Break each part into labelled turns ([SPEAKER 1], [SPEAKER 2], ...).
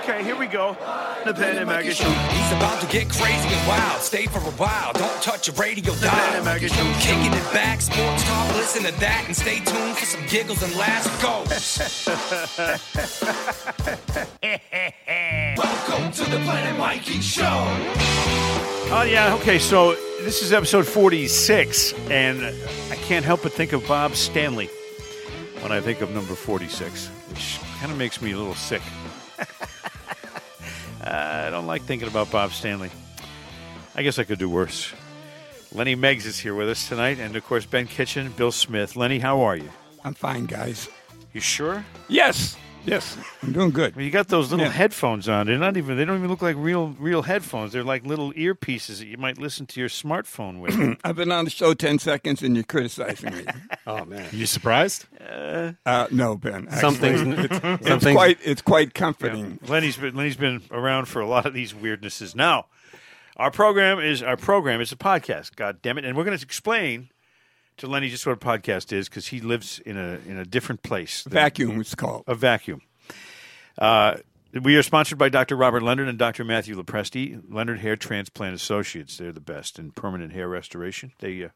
[SPEAKER 1] Okay, here we go. The Pen and Mega Show.
[SPEAKER 2] He's about to get crazy and wild. Stay for a while. Don't touch your radio
[SPEAKER 1] Banana
[SPEAKER 2] dial.
[SPEAKER 1] Mega Show.
[SPEAKER 2] Kicking it back, sports talk. Listen to that and stay tuned for some giggles and laughs. Go. Welcome to the Planet Mikey Show.
[SPEAKER 1] Oh, yeah, okay, so this is episode 46, and I can't help but think of Bob Stanley when I think of number 46, which kind of makes me a little sick. Uh, I don't like thinking about Bob Stanley. I guess I could do worse. Lenny Meggs is here with us tonight, and of course, Ben Kitchen, Bill Smith. Lenny, how are you?
[SPEAKER 3] I'm fine, guys.
[SPEAKER 1] You sure?
[SPEAKER 3] Yes, yes, I'm doing good.
[SPEAKER 1] You got those little
[SPEAKER 3] Yeah.
[SPEAKER 1] headphones on. They're not even. They don't even look like real real headphones. They're like little earpieces that you might listen to your smartphone with.
[SPEAKER 3] I've been on the show ten seconds, and you're criticizing me.
[SPEAKER 4] Oh man! You surprised?
[SPEAKER 3] Uh, no, Ben. Actually,
[SPEAKER 4] Something's it's,
[SPEAKER 3] it's
[SPEAKER 4] something's-
[SPEAKER 3] quite it's quite comforting.
[SPEAKER 1] Lenny's been Lenny's been around for a lot of these weirdnesses. Now, our program is our program. It's a podcast. God damn it! And we're going to explain to Lenny just what a podcast is because he lives in a in a different place. than-
[SPEAKER 3] Vacuum, it's called.
[SPEAKER 1] a vacuum. Uh, we are sponsored by Dr. Robert Leonard and Dr. Matthew Lepresti, Leonard Hair Transplant Associates. They're the best in permanent hair restoration. They uh,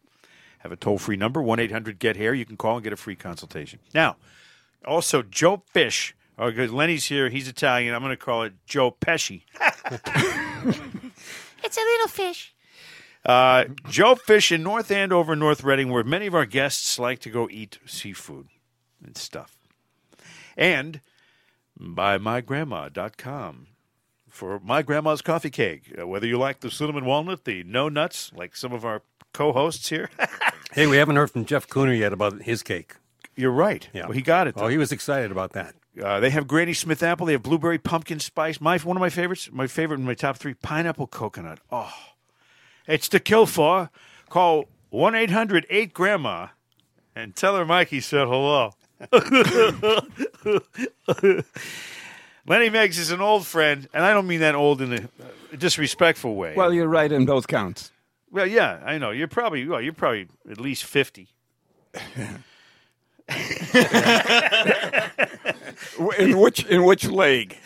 [SPEAKER 1] have a toll free number, 1 800 GET HAIR. You can call and get a free consultation. Now, also, Joe Fish. Oh, good. Lenny's here. He's Italian. I'm going to call it Joe Pesci.
[SPEAKER 5] It's a little fish.
[SPEAKER 1] Uh, Joe Fish in North Andover, North Reading, where many of our guests like to go eat seafood and stuff. And by mygrandma.com for my grandma's coffee cake. Uh, whether you like the cinnamon walnut, the no nuts, like some of our co hosts here,
[SPEAKER 4] hey, we haven't heard from Jeff Cooner yet about his cake.
[SPEAKER 1] you're right. Well, he got it.
[SPEAKER 4] Oh,
[SPEAKER 1] Though.
[SPEAKER 4] he was excited about that.
[SPEAKER 1] Uh, they have Granny Smith apple. They have blueberry pumpkin spice. My one of my favorites. My favorite in my top three: pineapple coconut. Oh, it's to kill for. Call one 800 8 grandma and tell her Mikey said hello. Lenny Meggs is an old friend, and I don't mean that old in a disrespectful way.
[SPEAKER 3] Well, you're right in both counts.
[SPEAKER 1] Well, yeah, I know. You're probably well, you're probably at least fifty.
[SPEAKER 3] W- In which in which leg?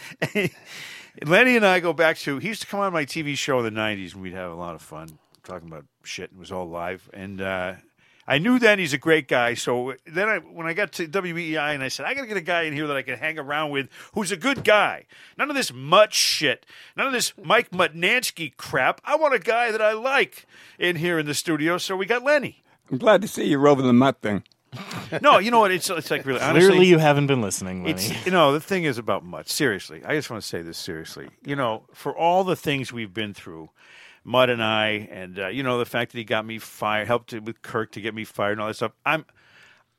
[SPEAKER 1] Lenny and I go back to he used to come on my TV show in the '90s, and we'd have a lot of fun talking about shit. It was all live, and uh, I knew then he's a great guy. So then I, when I got to WEI, and I said I got to get a guy in here that I can hang around with who's a good guy. None of this mutt shit. None of this Mike Mutnansky crap. I want a guy that I like in here in the studio. So we got Lenny.
[SPEAKER 3] I'm glad to see you're over the mutt thing.
[SPEAKER 1] No, you know what? It's it's like really honestly.
[SPEAKER 6] Clearly, you haven't been listening, Lenny.
[SPEAKER 1] It's you know the thing is about Mutt. Seriously, I just want to say this seriously. You know, for all the things we've been through, Mutt and I, and uh, you know the fact that he got me fired, helped with Kirk to get me fired, and all that stuff. I'm,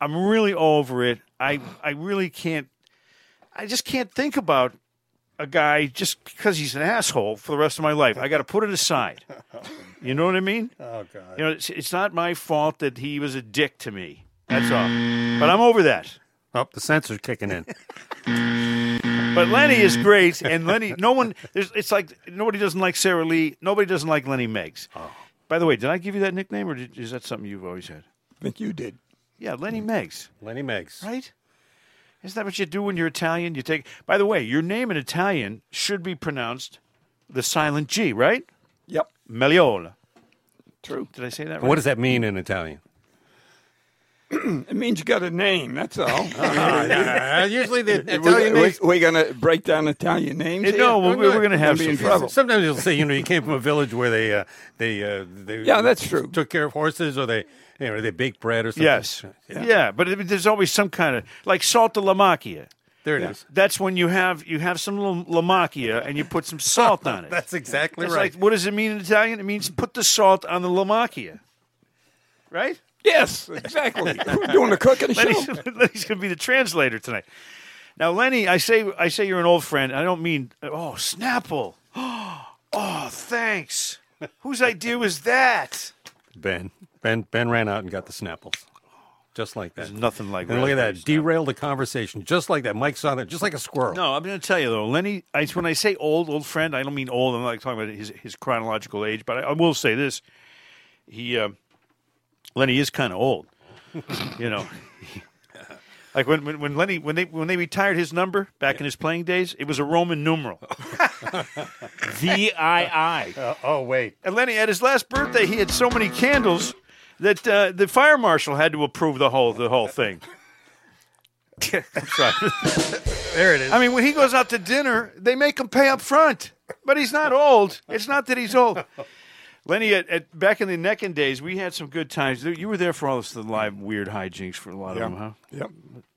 [SPEAKER 1] I'm really over it. I I really can't. I just can't think about a guy just because he's an asshole for the rest of my life. I got to put it aside. You know what I mean? Oh God! You know, it's, it's not my fault that he was a dick to me. That's all. But I'm over that.
[SPEAKER 4] Oh, the sensor's kicking in.
[SPEAKER 1] But Lenny is great, and Lenny, no one, there's, it's like nobody doesn't like Sarah Lee. Nobody doesn't like Lenny Meggs. By the way, did I give you that nickname, or did, is that something you've always had?
[SPEAKER 3] I think you did.
[SPEAKER 1] Yeah, Lenny Meggs,
[SPEAKER 4] Lenny Meggs.
[SPEAKER 1] right? Isn't that what you do when you're Italian? You take. By the way, your name in Italian should be pronounced the silent G, right?
[SPEAKER 3] Yep,
[SPEAKER 1] Meliola.
[SPEAKER 3] true.
[SPEAKER 1] Did I say that right?
[SPEAKER 4] And what does that mean in Italian?
[SPEAKER 3] It means you got a name. That's
[SPEAKER 4] Oh,
[SPEAKER 3] all.
[SPEAKER 4] usually the
[SPEAKER 3] We're, we we're gonna break down Italian names.
[SPEAKER 1] It-
[SPEAKER 3] here?
[SPEAKER 1] no, we're, we're going to have some
[SPEAKER 3] We're gonna be in
[SPEAKER 1] trouble.
[SPEAKER 3] trouble.
[SPEAKER 4] Sometimes you'll say, you know, you came from a village where they, uh, they, uh, they,
[SPEAKER 3] Yeah, that's true.
[SPEAKER 4] Took care of horses, or they, you know, they baked bread or something.
[SPEAKER 1] Yes. Yeah, but it, there's always some kind of like salt to la macchia.
[SPEAKER 4] there it is.
[SPEAKER 1] That's when you have you have some little la macchia and you put some salt on it.
[SPEAKER 4] That's exactly
[SPEAKER 1] It's
[SPEAKER 4] right.
[SPEAKER 1] like, what does it mean in Italian? It means put the salt on the lamacchia, right?
[SPEAKER 3] Yes, exactly. we're doing a cooking
[SPEAKER 1] Lenny's,
[SPEAKER 3] show.
[SPEAKER 1] Lenny's going to be the translator tonight. Now, Lenny, I say I say you're an old friend. I don't mean oh Snapple. Oh, thanks. Whose idea was that?
[SPEAKER 4] ben, Ben, Ben ran out and got the Snapples, just like that.
[SPEAKER 1] Nothing like
[SPEAKER 4] And look at that.
[SPEAKER 1] raspberry
[SPEAKER 4] Derail the conversation just like that. Mike saw that just like a squirrel.
[SPEAKER 1] No, I'm going to tell you though, Lenny. I, when I say old, old friend, I don't mean old. I'm not talking about his his chronological age, but I, I will say this: he, uh, Lenny, is kind of old. you know, Like when, when, when Lenny when they when they retired his number back in his playing days, it was a Roman numeral.
[SPEAKER 5] V I I.
[SPEAKER 4] Uh, oh wait,
[SPEAKER 1] And Lenny, at his last birthday, he had so many candles that uh, the fire marshal had to approve the whole the whole thing. I'm sorry.
[SPEAKER 4] there it is.
[SPEAKER 1] I mean, when he goes out to dinner, they make him pay up front. But he's not old. It's not that he's old. Lenny, at, at back in the Neckin days, we had some good times. You were there for all this the live weird hijinks for a lot of them,
[SPEAKER 4] Uh-huh.
[SPEAKER 1] huh?
[SPEAKER 3] Yep.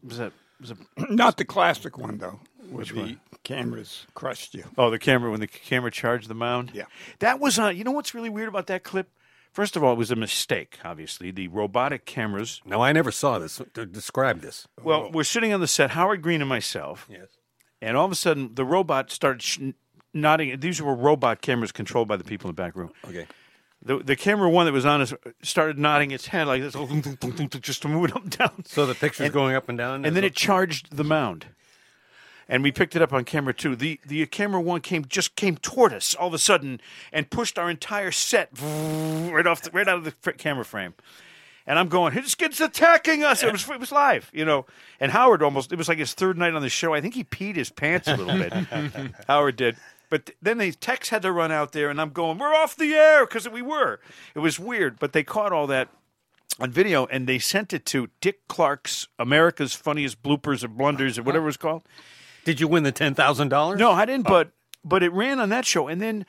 [SPEAKER 1] Was that was that
[SPEAKER 3] Not the classic one though. Which the cameras crushed you.
[SPEAKER 1] Oh, the camera when the camera charged the mound.
[SPEAKER 3] Yeah.
[SPEAKER 1] that was on. You know what's really weird about that clip? First of all, it was a mistake. Obviously, the robotic cameras.
[SPEAKER 4] no, I never saw this. D- Describe this.
[SPEAKER 1] Well, we're sitting on the set, Howard Green and myself,
[SPEAKER 4] Oh. Yes.
[SPEAKER 1] and all of a sudden the robot started sh- nodding. These were robot cameras controlled by the people in the back room.
[SPEAKER 4] Okay.
[SPEAKER 1] The, the camera one that was on us started nodding its head like this, just to move it up and down.
[SPEAKER 4] So the picture's going up and down,
[SPEAKER 1] and then it charged the mound. And we picked it up on camera two. The the camera one came just came toward us all of a sudden and pushed our entire set right off the, right out of the fr- camera frame. And I'm going, this kid's attacking us. It was it was live, you know. And Howard almost it was like his third night on the show. I think he peed his pants a little bit. Howard did. But th- then they Tex had to run out there, and I'm going, we're off the air because we were. It was weird, but they caught all that on video and they sent it to Dick Clark's America's Funniest Bloopers or Blunders or whatever it was called.
[SPEAKER 4] did you win the ten thousand dollars?
[SPEAKER 1] No, I didn't, but but it ran on that show and then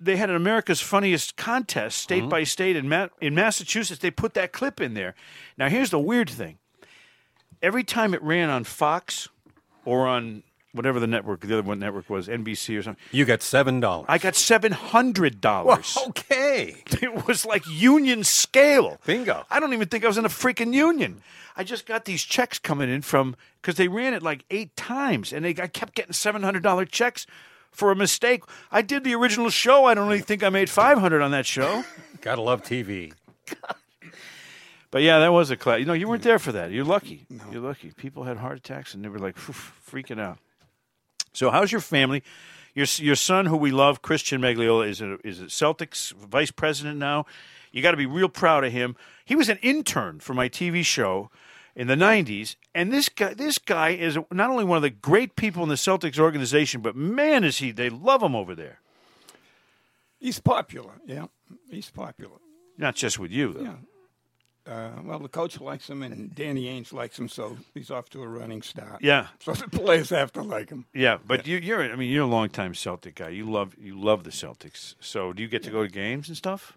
[SPEAKER 1] they had an America's Funniest contest state by state in Ma- in Massachusetts. They put that clip in there. Now here's the weird thing. Every time it ran on Fox or on whatever the network the other one network was, NBC or something,
[SPEAKER 4] You got seven dollars.
[SPEAKER 1] I got $700.
[SPEAKER 4] Okay.
[SPEAKER 1] It was like union scale.
[SPEAKER 4] Bingo.
[SPEAKER 1] I don't even think I was in a freaking union. I just got these checks coming in from because they ran it like eight times, and they, I kept getting seven hundred dollar checks for a mistake. I did the original show. I don't really think I made five hundred on that show.
[SPEAKER 4] Gotta love TV.
[SPEAKER 1] but yeah, that was a class. You know, you weren't there for that. You're lucky. You're lucky. People had heart attacks and they were like phew, freaking out. So, how's your family? Your your son, who we love, Christian Magliola, is a, is a Celtics vice president now. You got to be real proud of him. He was an intern for my TV show in the '90s, and this guy this guy is not only one of the great people in the Celtics organization, but man, is he! They love him over there.
[SPEAKER 3] He's popular. Yeah. He's popular.
[SPEAKER 1] Not just with you, though.
[SPEAKER 3] Yeah. Uh, well, the coach likes him, and Danny Ainge likes him, so he's off to a running start.
[SPEAKER 1] Yeah.
[SPEAKER 3] So the players have to like him.
[SPEAKER 1] Yeah, but you, you're I mean you're a longtime Celtic guy. You love you love the Celtics. So do you get to go to games and stuff?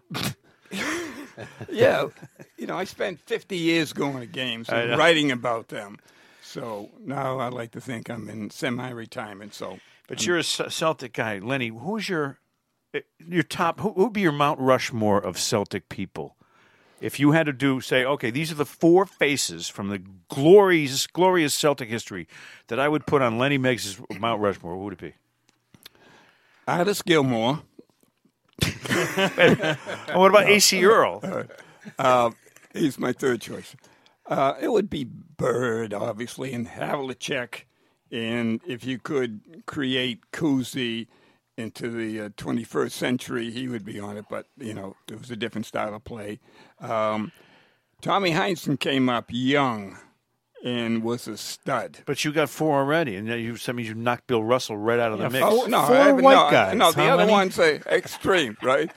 [SPEAKER 3] Yeah. you know, I spent 50 years going to games
[SPEAKER 1] I know.
[SPEAKER 3] and writing about them. So now I like to think I'm in semi-retirement. So
[SPEAKER 1] But you're a Ce- Celtic guy, Lenny. Who's your eh, your top? Who would be your Mount Rushmore of Celtic people? If you had to do say, okay, these are the four faces from the glorious glorious Celtic history that I would put on Lenny Meggs' Mount Rushmore. Who would it be?
[SPEAKER 3] Otis Gilmore,
[SPEAKER 1] And what about AC Earl?
[SPEAKER 3] He's my third choice. Uh, it would be Bird, obviously, and Havlicek. And if you could create Kuzi into the uh, 21st century, he would be on it. But, you know, it was a different style of play. Um, Tommy Heinsohn came up young and was a stud.
[SPEAKER 1] But you got four already, and you, that means you knocked Bill Russell right out of the mix.
[SPEAKER 3] Oh, no,
[SPEAKER 5] Four
[SPEAKER 3] I haven't-
[SPEAKER 5] white
[SPEAKER 3] no, I-
[SPEAKER 5] guys.
[SPEAKER 3] No, the
[SPEAKER 5] How
[SPEAKER 3] other
[SPEAKER 5] many?
[SPEAKER 3] one's uh, extreme, right?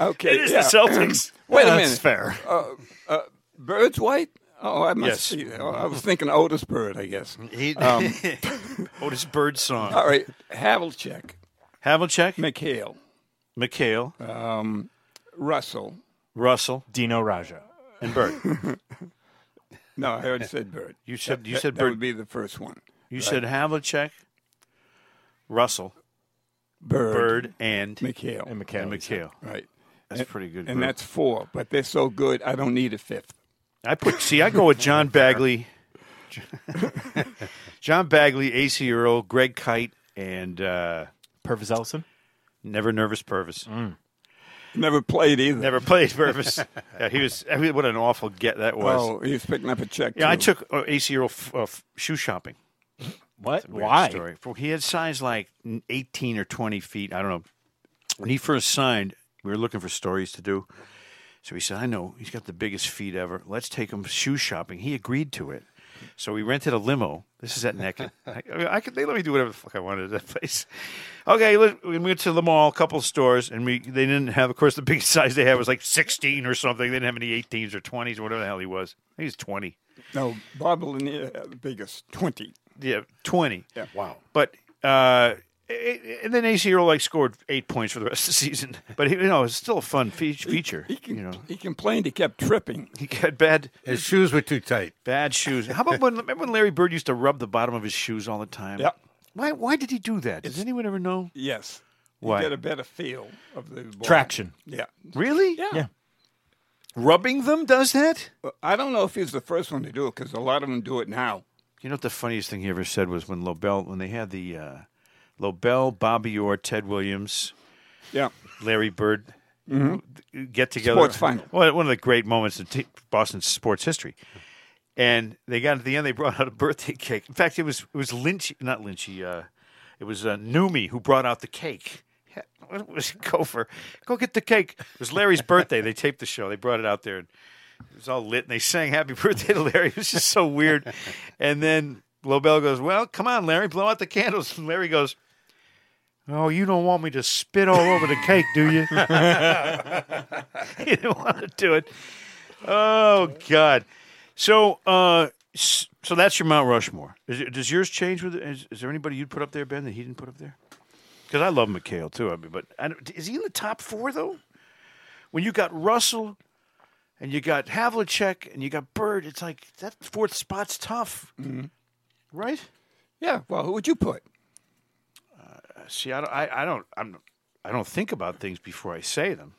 [SPEAKER 3] Okay.
[SPEAKER 1] It is
[SPEAKER 3] yeah.
[SPEAKER 1] the Celtics.
[SPEAKER 3] Wait a minute.
[SPEAKER 5] That's fair.
[SPEAKER 3] Uh, uh, Bird's white? Oh, I must
[SPEAKER 1] Yes.
[SPEAKER 3] see. Oh, I was thinking Otis Bird, I guess.
[SPEAKER 1] He, Otis Bird song.
[SPEAKER 3] All right, Havlicek,
[SPEAKER 1] Havlicek,
[SPEAKER 3] McHale,
[SPEAKER 1] McHale,
[SPEAKER 3] Uh. Russell.
[SPEAKER 1] Russell,
[SPEAKER 5] Dino Raja.
[SPEAKER 1] and Bird.
[SPEAKER 3] No, I already said Bird.
[SPEAKER 1] You said you said
[SPEAKER 3] That would
[SPEAKER 1] Bird.
[SPEAKER 3] be the first one.
[SPEAKER 1] You said Havlicek, Russell,
[SPEAKER 3] Bird,
[SPEAKER 1] Bird, and
[SPEAKER 3] McHale.
[SPEAKER 5] And
[SPEAKER 1] and
[SPEAKER 5] McKelly.
[SPEAKER 1] McHale.
[SPEAKER 3] right.
[SPEAKER 1] That's
[SPEAKER 3] And-
[SPEAKER 1] pretty good
[SPEAKER 3] And
[SPEAKER 1] group.
[SPEAKER 3] that's four, but they're so good, I don't need a fifth.
[SPEAKER 1] I put see. I go with John Bagley, John Bagley, AC Earl, Greg Kite, and uh,
[SPEAKER 5] Purvis Ellison.
[SPEAKER 1] Never Nervous Purvis.
[SPEAKER 3] Mm. Never played either.
[SPEAKER 1] Never played Purvis. yeah, he was. I mean, what an awful get that was.
[SPEAKER 3] Oh, he was picking up a check.
[SPEAKER 1] yeah, I
[SPEAKER 3] too.
[SPEAKER 1] took uh, AC Earl f- uh, f- shoe shopping.
[SPEAKER 5] What?
[SPEAKER 1] Weird
[SPEAKER 5] Why?
[SPEAKER 1] Story. For- He had size like 18 or 20 feet. I don't know. When he first signed, we were looking for stories to do. So he said, I know, he's got the biggest feet ever. Let's take him shoe shopping. He agreed to it. So we rented a limo. This is at Naked. I, I could they let me do whatever the fuck I wanted at that place. Okay, let- we went to the mall, a couple stores, and we they didn't have, of course, the biggest size they had was like sixteen or something. They didn't have any eighteens or twenties or whatever the hell he was. I think he's twenty.
[SPEAKER 3] No, Bob Lanier had the biggest, 20.
[SPEAKER 1] Yeah, twenty.
[SPEAKER 3] Yeah.
[SPEAKER 4] Wow.
[SPEAKER 1] But uh, it- it- and then ACL like scored eight points for the rest of the season. But you know, it's still a fun fe- feature.
[SPEAKER 3] He, can,
[SPEAKER 1] you know,
[SPEAKER 3] he complained he kept tripping.
[SPEAKER 1] he had bad
[SPEAKER 4] His shoes were too tight.
[SPEAKER 1] bad shoes. How about when remember when Larry Bird used to rub the bottom of his shoes all the time?
[SPEAKER 3] Yep.
[SPEAKER 1] Why why did he do that? Does anyone ever know?
[SPEAKER 3] Yes.
[SPEAKER 1] Why?
[SPEAKER 3] You get a better feel of the ball.
[SPEAKER 5] Traction.
[SPEAKER 3] Yeah.
[SPEAKER 1] Really?
[SPEAKER 3] Yeah.
[SPEAKER 5] Yeah.
[SPEAKER 1] Rubbing them does that?
[SPEAKER 3] Well, I don't know if he was the first one to do it because a lot of them do it now.
[SPEAKER 1] You know what the funniest thing he ever said was when Lobel when they had the uh, Lobel, Bobby Orr, Ted Williams,
[SPEAKER 3] Yeah.
[SPEAKER 1] Larry Bird uh, get together.
[SPEAKER 3] Mm-hmm. Sports final.
[SPEAKER 1] Well, one of the great moments in t- Boston sports history. And they got at the end. They brought out a birthday cake. In fact, it was it was Lynch, not Lynchy. Uh, it was uh, Numi who brought out the cake. Yeah, What was it? Gopher? Go get the cake. It was Larry's birthday. They taped the show. They brought it out there. And it was all lit, and they sang "Happy Birthday" to Larry. It was just so weird. And then Lobel goes, "Well, come on, Larry, blow out the candles." And Larry goes, Oh, you don't want me to spit all over the cake, do you? you don't want to do it. Oh God. So, uh, s- so that's your Mount Rushmore. Is, it- does yours change with? Is, is there anybody you'd put up there, Ben, that he didn't put up there? Because I love McHale too. I mean, but I don't, is he in the top four though? When you got Russell, and you got Havlicek, and you got Bird, it's like that fourth spot's tough, right?
[SPEAKER 3] Yeah. Well, who would you put?
[SPEAKER 1] See, I don't, I, I don't, I'm, I don't think about things before I say them,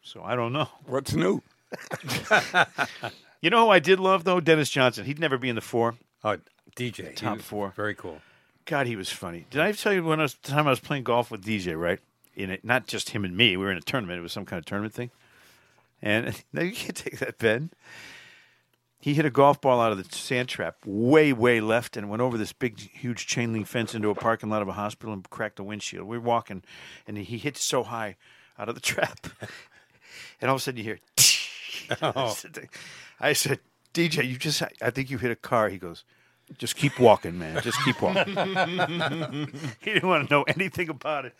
[SPEAKER 1] so I don't know.
[SPEAKER 3] What's new?
[SPEAKER 1] You know who I did love though, Dennis Johnson. He'd never be in the four.
[SPEAKER 4] Oh, DJ.
[SPEAKER 1] Top four.
[SPEAKER 4] Very cool.
[SPEAKER 1] God, he was funny. Did I tell you when I was, the time I was playing golf with DJ? Right, in it, not just him and me. We were in a tournament. It was some kind of tournament thing. And no, you can't take that, Ben. He hit a golf ball out of the sand trap, way, way left, and went over this big, huge chain link fence into a parking lot of a hospital and cracked the windshield. We were walking, and he hit so high out of the trap, and all of a sudden you hear. I said, DJ, you just, I think you hit a car. He goes, just keep walking, man. Just keep walking. he didn't want to know anything about it.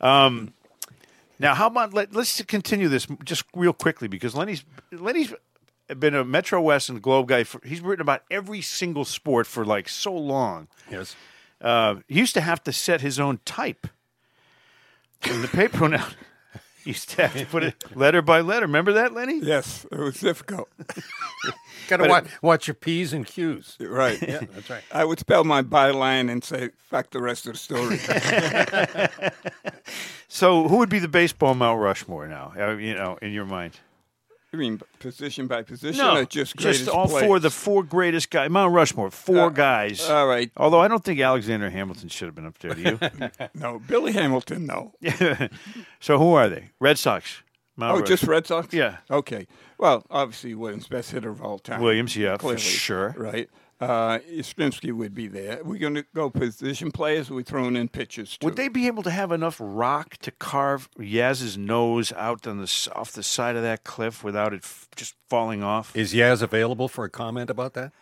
[SPEAKER 1] Um, now, how about let, let's continue this just real quickly because Lenny's Lenny's been a Metro West and Globe guy. For, he's written about every single sport for like so long.
[SPEAKER 4] Yes.
[SPEAKER 1] Uh, he used to have to set his own type in the paper now. He used to have to put it letter by letter. Remember that, Lenny?
[SPEAKER 3] Yes. It was difficult.
[SPEAKER 4] Got to watch, watch your P's and Q's.
[SPEAKER 3] right.
[SPEAKER 4] Yeah, that's right.
[SPEAKER 3] I would spell my byline and say, fuck the rest of the story.
[SPEAKER 1] So, who would be the baseball Mount Rushmore now? Uh, you know, in your mind?
[SPEAKER 3] you mean position by position or just greatest
[SPEAKER 1] all
[SPEAKER 3] players?
[SPEAKER 1] four the four greatest guys. Mount Rushmore, four
[SPEAKER 3] Uh,
[SPEAKER 1] guys.
[SPEAKER 3] all right.
[SPEAKER 1] Although I don't think Alexander Hamilton should have been up there. Do
[SPEAKER 3] No, Billy Hamilton, no.
[SPEAKER 1] you? so who are they? Red Sox. Mount
[SPEAKER 3] Oh,
[SPEAKER 1] Rush-
[SPEAKER 3] just Red Sox?
[SPEAKER 1] Yeah.
[SPEAKER 3] Okay. Well, obviously, Williams, best hitter of all time.
[SPEAKER 1] Williams. Yeah,
[SPEAKER 3] Clearly,
[SPEAKER 1] for sure.
[SPEAKER 3] Right. Uh, Yastrzemski would be there. We're going to go position players. Or we throwing in pitchers too.
[SPEAKER 1] Would they be able to have enough rock to carve Yaz's nose out on the s- off the side of that cliff without it f- just falling off?
[SPEAKER 4] Is Yaz available for a comment about that?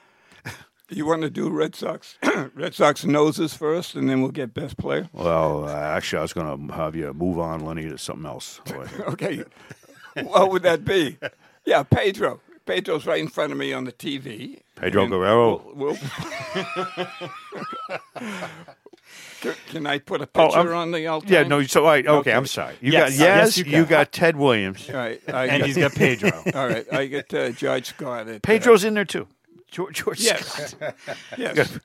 [SPEAKER 3] You want to do Red Sox? Red Sox noses first, and then we'll get best player.
[SPEAKER 1] well, uh, actually, I was going to have you move on, Lenny, to something else. Oh, I think-
[SPEAKER 3] Okay. what would that be? Yeah, Pedro. Pedro's right in front of me on the TV.
[SPEAKER 1] Pedro
[SPEAKER 3] And
[SPEAKER 1] Guerrero.
[SPEAKER 3] We'll, can, can I put a
[SPEAKER 1] Oh,
[SPEAKER 3] picture
[SPEAKER 1] I'm-
[SPEAKER 3] on the altar?
[SPEAKER 1] Yeah, no. So I okay,
[SPEAKER 3] Okay.
[SPEAKER 1] I'm sorry. You
[SPEAKER 5] Yes,
[SPEAKER 1] got Yaz.
[SPEAKER 5] yes, you
[SPEAKER 1] you,
[SPEAKER 5] got-
[SPEAKER 1] got. Ted Williams.
[SPEAKER 3] All right. I
[SPEAKER 5] And
[SPEAKER 3] got-
[SPEAKER 5] he's got Pedro.
[SPEAKER 3] All right, I get uh, George Scott. At,
[SPEAKER 1] Pedro's in there too. George, George
[SPEAKER 3] yes,
[SPEAKER 1] Scott. Are you going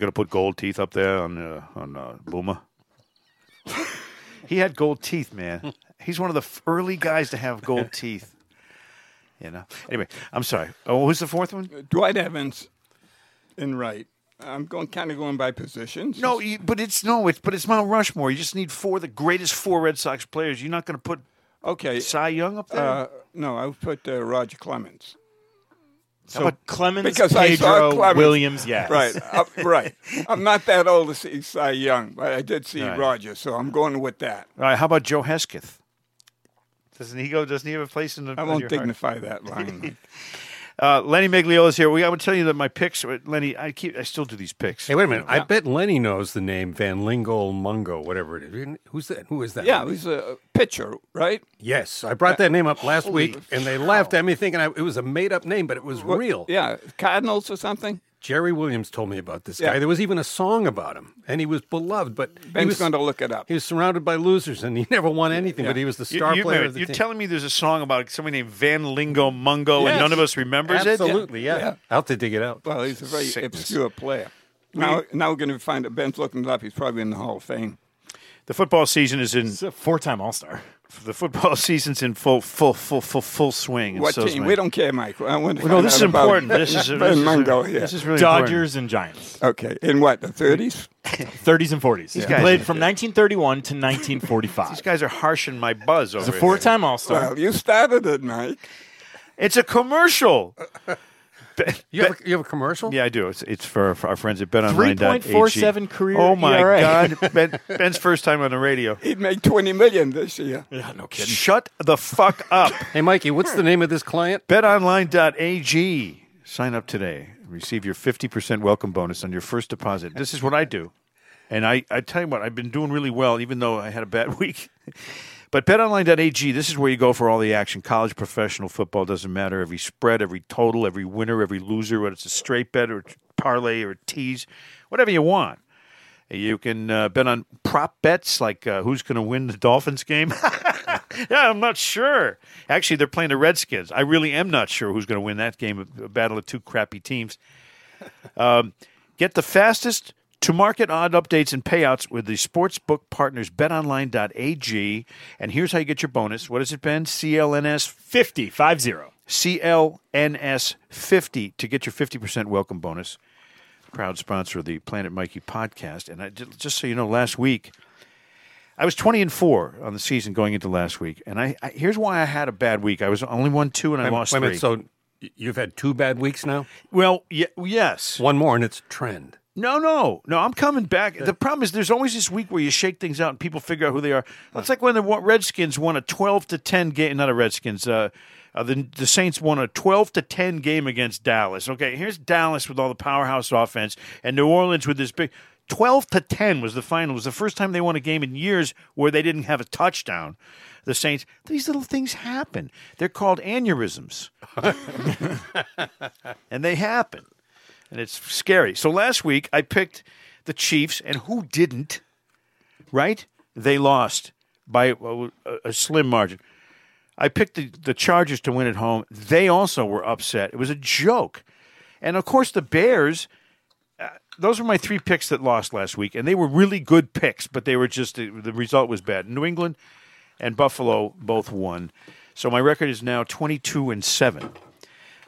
[SPEAKER 1] to put gold teeth up there on uh, on uh, Boomer? he had gold teeth, man. He's one of the f- early guys to have gold teeth. You know. Anyway, I'm sorry. Oh, who's the fourth one?
[SPEAKER 3] uh, Dwight Evans, and Wright. I'm going kind of going by positions.
[SPEAKER 1] No, you, but it's no, it's but it's Mount Rushmore. You just need four the greatest four Red Sox players. You're not going to put
[SPEAKER 3] okay.
[SPEAKER 1] Cy Young up there.
[SPEAKER 3] Uh, no, I would put uh, Roger Clemens.
[SPEAKER 5] So Clemens,
[SPEAKER 3] Because I saw
[SPEAKER 5] Pedro,
[SPEAKER 3] Clemens.
[SPEAKER 5] Williams, yes.
[SPEAKER 3] Right, uh, right. I'm not that old to see Cy Young, but I did see
[SPEAKER 1] Right.
[SPEAKER 3] Roger, so I'm going with that.
[SPEAKER 1] All right, how about Joe Hesketh? Doesn't he go? Doesn't he have a place in the?
[SPEAKER 3] I
[SPEAKER 1] in
[SPEAKER 3] won't
[SPEAKER 1] your heart?
[SPEAKER 3] dignify that line.
[SPEAKER 1] Uh, Lenny Miglio is here. We, I would tell you that my picks, uh, Lenny, I keep, I still do these picks.
[SPEAKER 4] Hey, wait a minute. I bet Lenny knows the name Van Lingle Mungo, whatever it is. Who's that? Who is that?
[SPEAKER 3] Yeah, he's a pitcher, right?
[SPEAKER 4] Yes, I brought that name up last week, and they laughed at me thinking I, it was a made-up name, but it was
[SPEAKER 3] What-
[SPEAKER 4] real.
[SPEAKER 3] Yeah, Cardinals or something.
[SPEAKER 4] Jerry Williams told me about this
[SPEAKER 3] Yeah.
[SPEAKER 4] guy. There was even a song about him, and he was beloved. But he
[SPEAKER 3] Ben's
[SPEAKER 4] was,
[SPEAKER 3] going to look it up.
[SPEAKER 4] he was surrounded by losers, and he never won anything. But he was the
[SPEAKER 1] You,
[SPEAKER 4] star
[SPEAKER 1] you-
[SPEAKER 4] player
[SPEAKER 1] wait,
[SPEAKER 4] of the
[SPEAKER 1] you're
[SPEAKER 4] team.
[SPEAKER 1] telling me there's a song about somebody named Van Lingo Mungo and
[SPEAKER 4] Yes.
[SPEAKER 1] none of us remembers it?
[SPEAKER 4] Absolutely, yeah.
[SPEAKER 3] Yeah.
[SPEAKER 4] I'll have to dig it out.
[SPEAKER 3] Well, he's a very
[SPEAKER 1] Sickness.
[SPEAKER 3] obscure player. Now, now we're going to find out. Ben's looking it up. He's probably in the Hall of Fame.
[SPEAKER 1] The football season is in
[SPEAKER 5] He's a four-time All-Star.
[SPEAKER 1] the football season's in full full full full full swing. and
[SPEAKER 3] What
[SPEAKER 1] so's
[SPEAKER 3] team?
[SPEAKER 1] mine.
[SPEAKER 3] We don't care, Mike. I want to
[SPEAKER 1] No,
[SPEAKER 3] find
[SPEAKER 1] Oh, this
[SPEAKER 3] out
[SPEAKER 1] is
[SPEAKER 3] about
[SPEAKER 1] important. This is this
[SPEAKER 3] Ben
[SPEAKER 1] is,
[SPEAKER 3] Mungo here.
[SPEAKER 1] this is really important.
[SPEAKER 5] Dodgers and Giants,
[SPEAKER 3] Okay, in what the thirties?
[SPEAKER 5] 30s and 40s. He
[SPEAKER 1] guys
[SPEAKER 5] played
[SPEAKER 1] are
[SPEAKER 5] from 1931 to 1945.
[SPEAKER 1] These guys are harshing my buzz over
[SPEAKER 5] He's a
[SPEAKER 1] here.
[SPEAKER 5] four-time All-Star.
[SPEAKER 3] Well, you started it, Mike.
[SPEAKER 1] It's a commercial.
[SPEAKER 4] You have, a, you have a commercial?
[SPEAKER 1] Yeah, I do. It's, it's for, for our friends at BetOnline.ag.
[SPEAKER 5] 3.47 career
[SPEAKER 1] Oh my
[SPEAKER 5] ERA.
[SPEAKER 1] God, ben, Ben's first time on the radio.
[SPEAKER 3] He'd make twenty million this year.
[SPEAKER 5] Yeah, no kidding.
[SPEAKER 1] Shut the fuck up.
[SPEAKER 4] Hey, Mikey, what's
[SPEAKER 1] Hmm.
[SPEAKER 4] the name of this client?
[SPEAKER 1] BetOnline.ag. Sign up today. Receive your 50% welcome bonus on your first deposit. This is what I do. And I, I tell you what, I've been doing really well, even though I had a bad week. But betonline.ag, this is where you go for all the action. College, professional football, doesn't matter. Every spread, every total, every winner, every loser, whether it's a straight bet or parlay or tease, whatever you want. You can uh, bet on prop bets like uh, who's going to win the Dolphins game. yeah, I'm not sure. Actually, they're playing the Redskins. I really am not sure who's going to win that game, a battle of two crappy teams. Get the fastest to market odd updates and payouts with the sportsbook partners betonline.ag. And here's how you get your bonus. What has it been? CLNS
[SPEAKER 5] 50, 5-0.
[SPEAKER 1] CLNS 50 to get your 50% welcome bonus. Proud sponsor of the Planet Mikey podcast. And I, just just so you know, last week, I was 20 and 4 on the season going into last week. And I, I here's why I had a bad week. I was only 1 2 and I
[SPEAKER 4] Wait a
[SPEAKER 1] lost
[SPEAKER 4] minute,
[SPEAKER 1] 3.
[SPEAKER 4] so y- you've had two bad weeks now?
[SPEAKER 1] well, ye- yes.
[SPEAKER 4] One more, and it's a trend.
[SPEAKER 1] No, no, no. I'm coming back. The problem is there's always this week where you shake things out and people figure out who they are. It's like when the wa- Redskins won a 12 to 10 game. Not a Redskins. Uh, uh, the the Saints won a 12 to 10 game against Dallas. Okay, here's Dallas with all the powerhouse offense and New Orleans with this big 12 to 10 was the final. It was the first time they won a game in years where they didn't have a touchdown. The Saints. These little things happen. They're called aneurysms, and they happen and it's scary. So last week I picked the Chiefs, and who didn't? Right? They lost by a, a- a slim margin. I picked the, the Chargers to win at home. They also were upset. It was a joke. And of course, the Bears. uh, Those were my three picks that lost last week, and they were really good picks, but they were just the, the result was bad. New England and Buffalo both won, so my record is now twenty-two and seven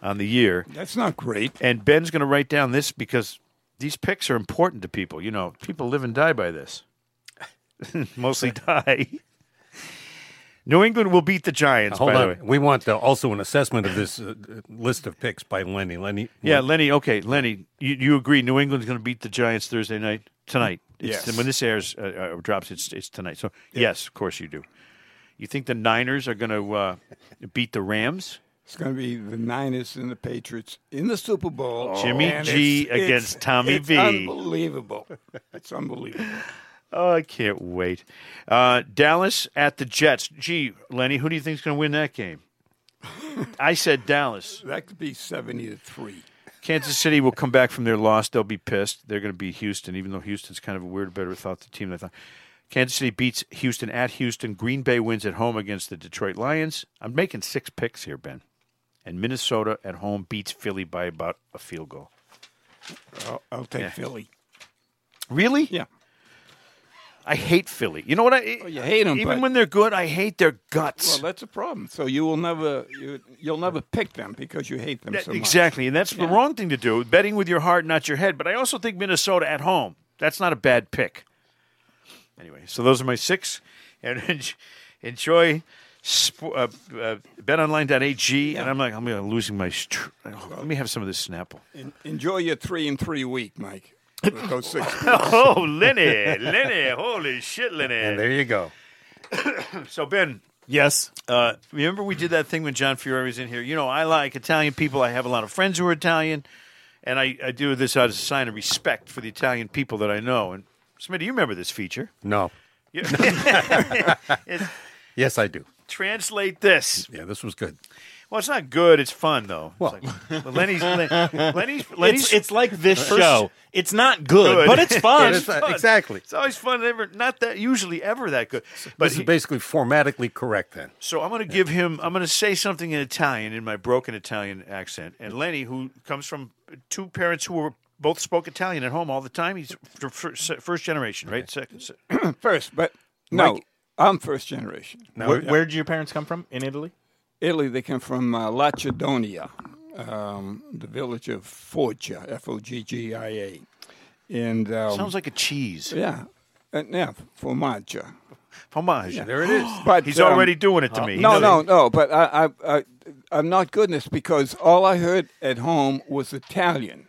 [SPEAKER 1] on the year.
[SPEAKER 3] That's not great.
[SPEAKER 1] And Ben's going to write down this because these picks are important to people. You know, people live and die by this. Mostly die. New England will beat the Giants,
[SPEAKER 4] Hold
[SPEAKER 1] by
[SPEAKER 4] on.
[SPEAKER 1] the way.
[SPEAKER 4] We want uh, also an assessment of this uh, uh, list of picks by Lenny. Lenny.
[SPEAKER 1] Yeah, Lenny, okay, Lenny, you, you agree New England's going to beat the Giants Thursday night? Tonight. It's,
[SPEAKER 3] Yes.
[SPEAKER 1] When this airs, uh, uh, drops, it's, it's tonight. So, yes, of course you do. You think the Niners are going to uh, beat the Rams?
[SPEAKER 3] It's going to be the Niners and the Patriots in the Super Bowl.
[SPEAKER 1] Jimmy
[SPEAKER 3] And
[SPEAKER 1] G
[SPEAKER 3] it's- it's-
[SPEAKER 1] against Tommy
[SPEAKER 3] it's
[SPEAKER 1] V.
[SPEAKER 3] Unbelievable! It's unbelievable.
[SPEAKER 1] Oh, I can't wait. Uh, Dallas at the Jets. Gee, Lenny, who do you think's going to win that game? I said Dallas.
[SPEAKER 3] That could be seventy to three.
[SPEAKER 1] Kansas City will come back from their loss. They'll be pissed. They're going to be Houston, even though Houston's kind of a weird, better thought the team than I thought. Kansas City beats Houston at Houston. Green Bay wins at home against the Detroit Lions. I'm making six picks here, Ben. And Minnesota at home beats Philly by about a field goal.
[SPEAKER 3] I'll, I'll take Philly.
[SPEAKER 1] Really?
[SPEAKER 3] Yeah.
[SPEAKER 1] I hate Philly. You know what? I
[SPEAKER 3] Oh, you hate 'em,
[SPEAKER 1] Even
[SPEAKER 3] but-
[SPEAKER 1] when they're good, I hate their guts.
[SPEAKER 3] Well, that's a problem. So you will never you, you'll never pick them because you hate them
[SPEAKER 1] That-
[SPEAKER 3] so much.
[SPEAKER 1] exactly, and that's the wrong thing to do. Betting with your heart, not your head. But I also think Minnesota at home. That's not a bad pick. Anyway, so those are my six, and en- enjoy sp- uh, uh, betonline.ag. And I'm like, I'm gonna- losing my. Str- oh, let me have some of this Snapple.
[SPEAKER 3] En- enjoy your three and three week, Mike. With those six.
[SPEAKER 1] oh, Lenny, Lenny, holy shit, Lenny.
[SPEAKER 4] And there you go.
[SPEAKER 1] So Ben,
[SPEAKER 5] Yes.
[SPEAKER 1] Uh, remember we did that thing when John Fiore was in here. You know, I like Italian people. I have a lot of friends who are Italian, and I, I do this out as a sign of respect for the Italian people that I know. And Smitty, you remember this feature?
[SPEAKER 4] No.
[SPEAKER 1] You- It's,
[SPEAKER 4] Yes, I do.
[SPEAKER 1] translate this.
[SPEAKER 4] Yeah, this was good.
[SPEAKER 1] Well, it's not good. It's fun though.
[SPEAKER 4] Well.
[SPEAKER 1] it's like, well, Lenny's, Len- Lenny's, Lenny's.
[SPEAKER 5] It's, it's like this show. It's not good,
[SPEAKER 1] Good.
[SPEAKER 5] but it's fun.
[SPEAKER 4] It is- exactly.
[SPEAKER 1] It's always fun. Never, not that usually ever that good. But
[SPEAKER 4] This
[SPEAKER 1] he-
[SPEAKER 4] is basically formatically correct then.
[SPEAKER 1] So I'm going to give him. I'm going to say something in Italian in my broken Italian accent. And Lenny, who comes from two parents who were both spoke Italian at home all the time, he's fir- fir- first generation, right? Second. se-
[SPEAKER 3] First, but no,
[SPEAKER 4] Mike-
[SPEAKER 3] I'm first generation.
[SPEAKER 5] Where, where did your parents come from? In Italy?
[SPEAKER 3] Italy, they come from uh, Lacedonia, um, the village of Foggia, F O G G I A. And um,
[SPEAKER 1] Sounds like a cheese.
[SPEAKER 3] yeah, uh, yeah, Formaggia.
[SPEAKER 1] Homage. There it is.
[SPEAKER 3] But
[SPEAKER 1] He's
[SPEAKER 3] um,
[SPEAKER 1] already doing it to me. He
[SPEAKER 3] No,
[SPEAKER 1] knows
[SPEAKER 3] no,
[SPEAKER 1] it.
[SPEAKER 3] no. But I, I, I, I'm not good in this because all I heard at home was Italian.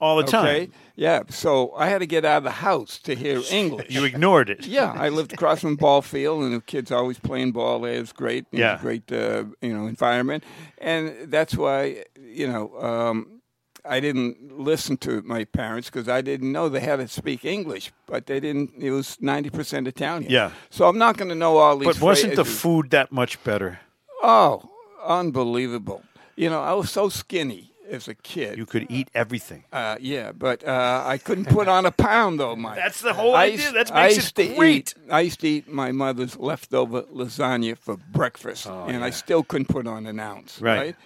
[SPEAKER 1] All the time.
[SPEAKER 3] Okay. Yeah. So I had to get out of the house to hear English.
[SPEAKER 1] You ignored it.
[SPEAKER 3] yeah, I lived across from ball field, and the kids always playing ball there. It was great. It
[SPEAKER 1] Yeah.
[SPEAKER 3] was a great, uh, you know, environment, and that's why you know um, I didn't listen to my parents because I didn't know they had to speak English, but they didn't. It was ninety percent Italian.
[SPEAKER 1] Yeah.
[SPEAKER 3] So I'm not going to know all these.
[SPEAKER 1] But wasn't the
[SPEAKER 3] phrases.
[SPEAKER 1] food that much better?
[SPEAKER 3] Oh, unbelievable! You know, I was so skinny as a kid.
[SPEAKER 1] You could eat everything.
[SPEAKER 3] Uh, yeah, but uh, I couldn't put on a pound though, Mike.
[SPEAKER 1] That's the whole idea.
[SPEAKER 3] used-
[SPEAKER 1] That
[SPEAKER 3] I
[SPEAKER 1] makes it
[SPEAKER 3] used to
[SPEAKER 1] great.
[SPEAKER 3] Eat, I used to eat my mother's leftover lasagna for breakfast,
[SPEAKER 4] Oh,
[SPEAKER 3] and I still couldn't put on an ounce.
[SPEAKER 1] Right.
[SPEAKER 3] Right.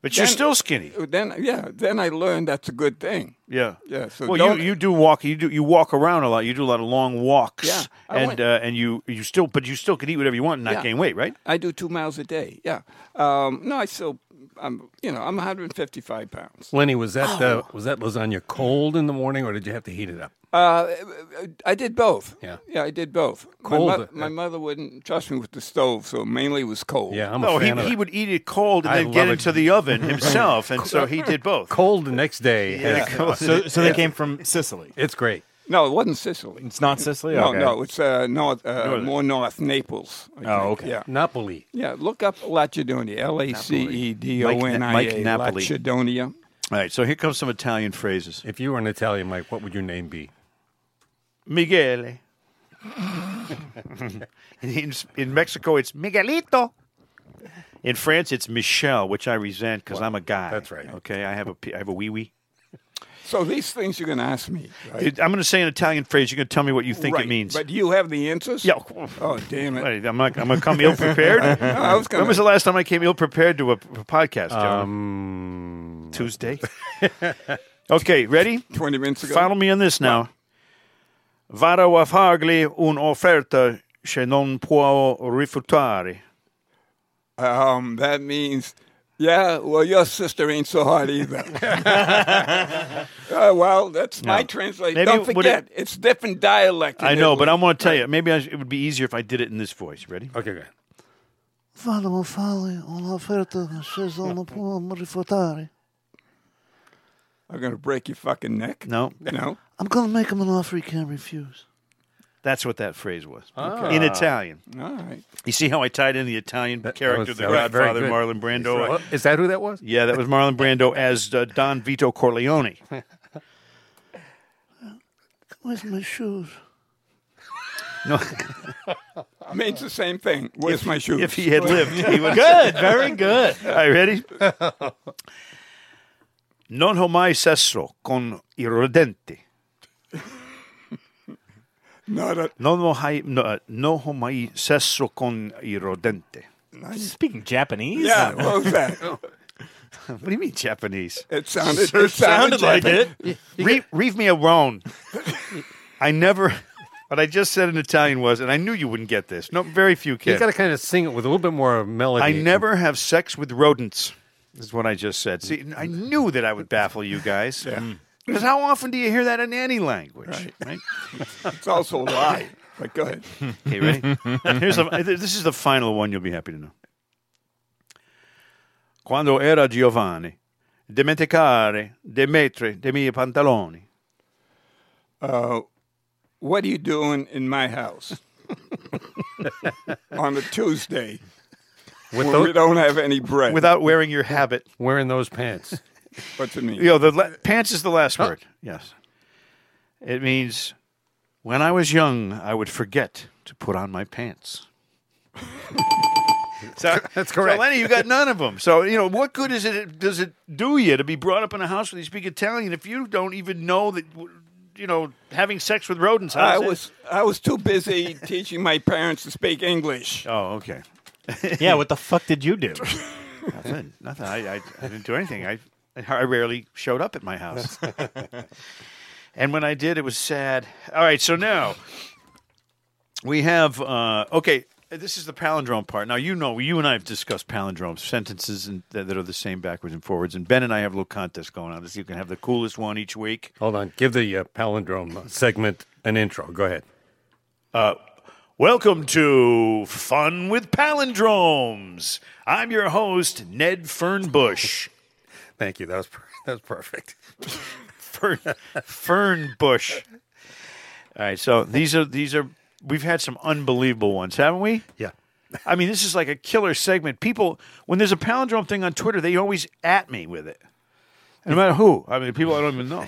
[SPEAKER 1] But you're
[SPEAKER 3] Then-
[SPEAKER 1] still skinny.
[SPEAKER 3] Then, yeah. Then I learned that's a good thing.
[SPEAKER 1] Yeah.
[SPEAKER 3] Yeah, so
[SPEAKER 1] well,
[SPEAKER 3] don't-
[SPEAKER 1] you, you do walk. You do you walk around a lot. You do a lot of long walks.
[SPEAKER 3] Yeah, I
[SPEAKER 1] and
[SPEAKER 3] went-
[SPEAKER 1] uh, and you you still but you still could eat whatever you want and not
[SPEAKER 3] Yeah.
[SPEAKER 1] gain weight, right?
[SPEAKER 3] I do two miles a day. Yeah. Um, no, I still. I'm. You know, I'm 155 pounds.
[SPEAKER 4] Lenny, was that uh, was that lasagna cold in the morning, or did you have to heat it up?
[SPEAKER 3] Uh, I did both.
[SPEAKER 4] Yeah.
[SPEAKER 3] Yeah, I did both.
[SPEAKER 4] Cold,
[SPEAKER 3] My,
[SPEAKER 4] uh,
[SPEAKER 3] mo- my mother wouldn't trust me with the stove, so mainly it was cold.
[SPEAKER 4] Yeah, I'm
[SPEAKER 1] No, Oh,
[SPEAKER 4] a fan
[SPEAKER 1] he,
[SPEAKER 4] of
[SPEAKER 1] he
[SPEAKER 4] that.
[SPEAKER 1] would eat it cold and
[SPEAKER 4] I
[SPEAKER 1] then get
[SPEAKER 4] love it.
[SPEAKER 1] into the oven himself, and so he did both.
[SPEAKER 4] cold the next day.
[SPEAKER 1] Yeah.
[SPEAKER 4] has-
[SPEAKER 5] So, so they came from Sicily.
[SPEAKER 4] it's great.
[SPEAKER 3] No, it wasn't Sicily.
[SPEAKER 5] It's not Sicily?
[SPEAKER 3] No,
[SPEAKER 5] Okay.
[SPEAKER 3] no, it's uh, north, uh,
[SPEAKER 1] Northern.
[SPEAKER 3] more north Naples. I
[SPEAKER 5] Oh,
[SPEAKER 3] think.
[SPEAKER 5] okay.
[SPEAKER 3] Yeah,
[SPEAKER 4] Napoli.
[SPEAKER 3] yeah. Look up Lacedonia. L a c e d o n i
[SPEAKER 1] Mike
[SPEAKER 3] a.
[SPEAKER 1] Napoli.
[SPEAKER 3] Lacedonia.
[SPEAKER 1] All right, so here comes some Italian phrases.
[SPEAKER 4] If you were an Italian, Mike, what would your name be?
[SPEAKER 1] Miguel. in, in Mexico, it's Miguelito. In France, it's Michelle, which I resent because I'm a guy.
[SPEAKER 4] that's right.
[SPEAKER 1] Okay, I have a p- I have a wee wee.
[SPEAKER 3] So these things you're going to ask me. Right?
[SPEAKER 1] I'm going to say an Italian phrase. You're going to tell me what you think
[SPEAKER 3] Right,
[SPEAKER 1] it means.
[SPEAKER 3] But you have the answers.
[SPEAKER 1] yeah.
[SPEAKER 3] Oh damn it!
[SPEAKER 1] Wait, I'm not, I'm gonna come ill prepared.
[SPEAKER 3] I was
[SPEAKER 1] When
[SPEAKER 3] going
[SPEAKER 1] was the
[SPEAKER 3] to.
[SPEAKER 1] last time I came ill prepared to a, a podcast? John?
[SPEAKER 4] Um,
[SPEAKER 1] Tuesday. okay, ready?
[SPEAKER 3] Twenty minutes ago.
[SPEAKER 1] Follow me on this now. Vado a fargli un'offerta che non può rifiutare.
[SPEAKER 3] Um, that means, yeah. Well, your sister ain't so hot either. uh, well, that's my translation.
[SPEAKER 1] Maybe
[SPEAKER 3] Don't
[SPEAKER 1] would it-
[SPEAKER 3] forget, it's different dialect. in
[SPEAKER 1] I know, but
[SPEAKER 3] Italy.
[SPEAKER 1] I'm going to tell you. Maybe I sh- it would be easier if I did it in this voice. Ready?
[SPEAKER 4] okay, good.
[SPEAKER 6] Vanno a fare un'offerta se non può rifiutare.
[SPEAKER 3] I'm going to break your fucking neck.
[SPEAKER 1] No,
[SPEAKER 3] No.
[SPEAKER 6] I'm gonna make him an offer he can't refuse.
[SPEAKER 1] that's what that phrase was
[SPEAKER 4] Ah.
[SPEAKER 1] in Italian.
[SPEAKER 3] All right.
[SPEAKER 1] You see how I tied in the Italian
[SPEAKER 4] That- that
[SPEAKER 1] character,
[SPEAKER 4] was-
[SPEAKER 1] the
[SPEAKER 4] that was very
[SPEAKER 1] Godfather,
[SPEAKER 4] good.
[SPEAKER 1] Marlon Brando.
[SPEAKER 4] Well, is that who that was?
[SPEAKER 1] Yeah, that was Marlon Brando as uh, Don Vito Corleone.
[SPEAKER 6] Where's my shoes?
[SPEAKER 3] I mean, it's the same thing. Where's my shoes?
[SPEAKER 1] If he had lived, he would.
[SPEAKER 5] Good. Very good.
[SPEAKER 1] All right, ready? non ho mai sesso con i rodenti.
[SPEAKER 3] Not a,
[SPEAKER 1] Non ho, hai- no, uh, non ho mai sesso con i rodenti.
[SPEAKER 5] Speaking Japanese?
[SPEAKER 3] yeah, what was that?
[SPEAKER 1] What do you mean Japanese?
[SPEAKER 3] It sounded, it sounded, Japanese.
[SPEAKER 5] it.
[SPEAKER 1] Re- Leave me alone. I never. What I just said in Italian was, and I knew you wouldn't get this. No, very few
[SPEAKER 4] You
[SPEAKER 1] kids.
[SPEAKER 4] got to kind of sing it with a little bit more melody.
[SPEAKER 1] I never have sex with rodents. Is what I just said. See, I knew that I would baffle you guys.
[SPEAKER 3] Hmm.
[SPEAKER 1] Because how often do you hear that in any language? right?
[SPEAKER 3] It's also a lie. But go ahead.
[SPEAKER 1] Okay, ready? Here's the, this is the final one you'll be happy to know. Quando era Giovanni, dimenticare di mettere dei miei pantaloni.
[SPEAKER 3] Uh, what are you doing in my house? on a Tuesday
[SPEAKER 4] With
[SPEAKER 3] when
[SPEAKER 4] those,
[SPEAKER 3] we don't have any bread.
[SPEAKER 1] without wearing your habit.
[SPEAKER 4] wearing those pants.
[SPEAKER 3] What's it mean?
[SPEAKER 1] You know, the la- pants is the last word. Yes, it means when I was young, I would forget to put on my pants. so
[SPEAKER 4] That's correct.
[SPEAKER 1] So Lenny, you got none of them. So you know, what good is it? Does it do you to be brought up in a house where they speak Italian if you don't even know that? You know, having sex with rodents.
[SPEAKER 3] I
[SPEAKER 1] how's that-
[SPEAKER 3] was I was too busy teaching my parents to speak English.
[SPEAKER 1] Oh, okay.
[SPEAKER 5] yeah, what the fuck did you do?
[SPEAKER 1] Nothing. Nothing. I, I, I didn't do anything. I, I rarely showed up at my house. and when I did, it was sad. All right. So now we have, uh, okay, this is the palindrome part. Now, you know, you and I have discussed palindromes, sentences and, that, that are the same backwards and forwards. And Ben and I have a little contest going on. This You can have the coolest one each week.
[SPEAKER 4] Hold on. Give the uh, palindrome segment an intro. Go ahead.
[SPEAKER 1] Welcome to Fun with Palindromes. I'm your host, Ned Fernbush.
[SPEAKER 4] Thank you. That was per- that was perfect.
[SPEAKER 1] fern, fern bush. All right, so these are these are we've had some unbelievable ones, haven't we?
[SPEAKER 4] Yeah.
[SPEAKER 1] I mean, this is like a killer segment. People, when there's a palindrome thing on Twitter, they always at me with it, no matter who. I mean, people I don't even know.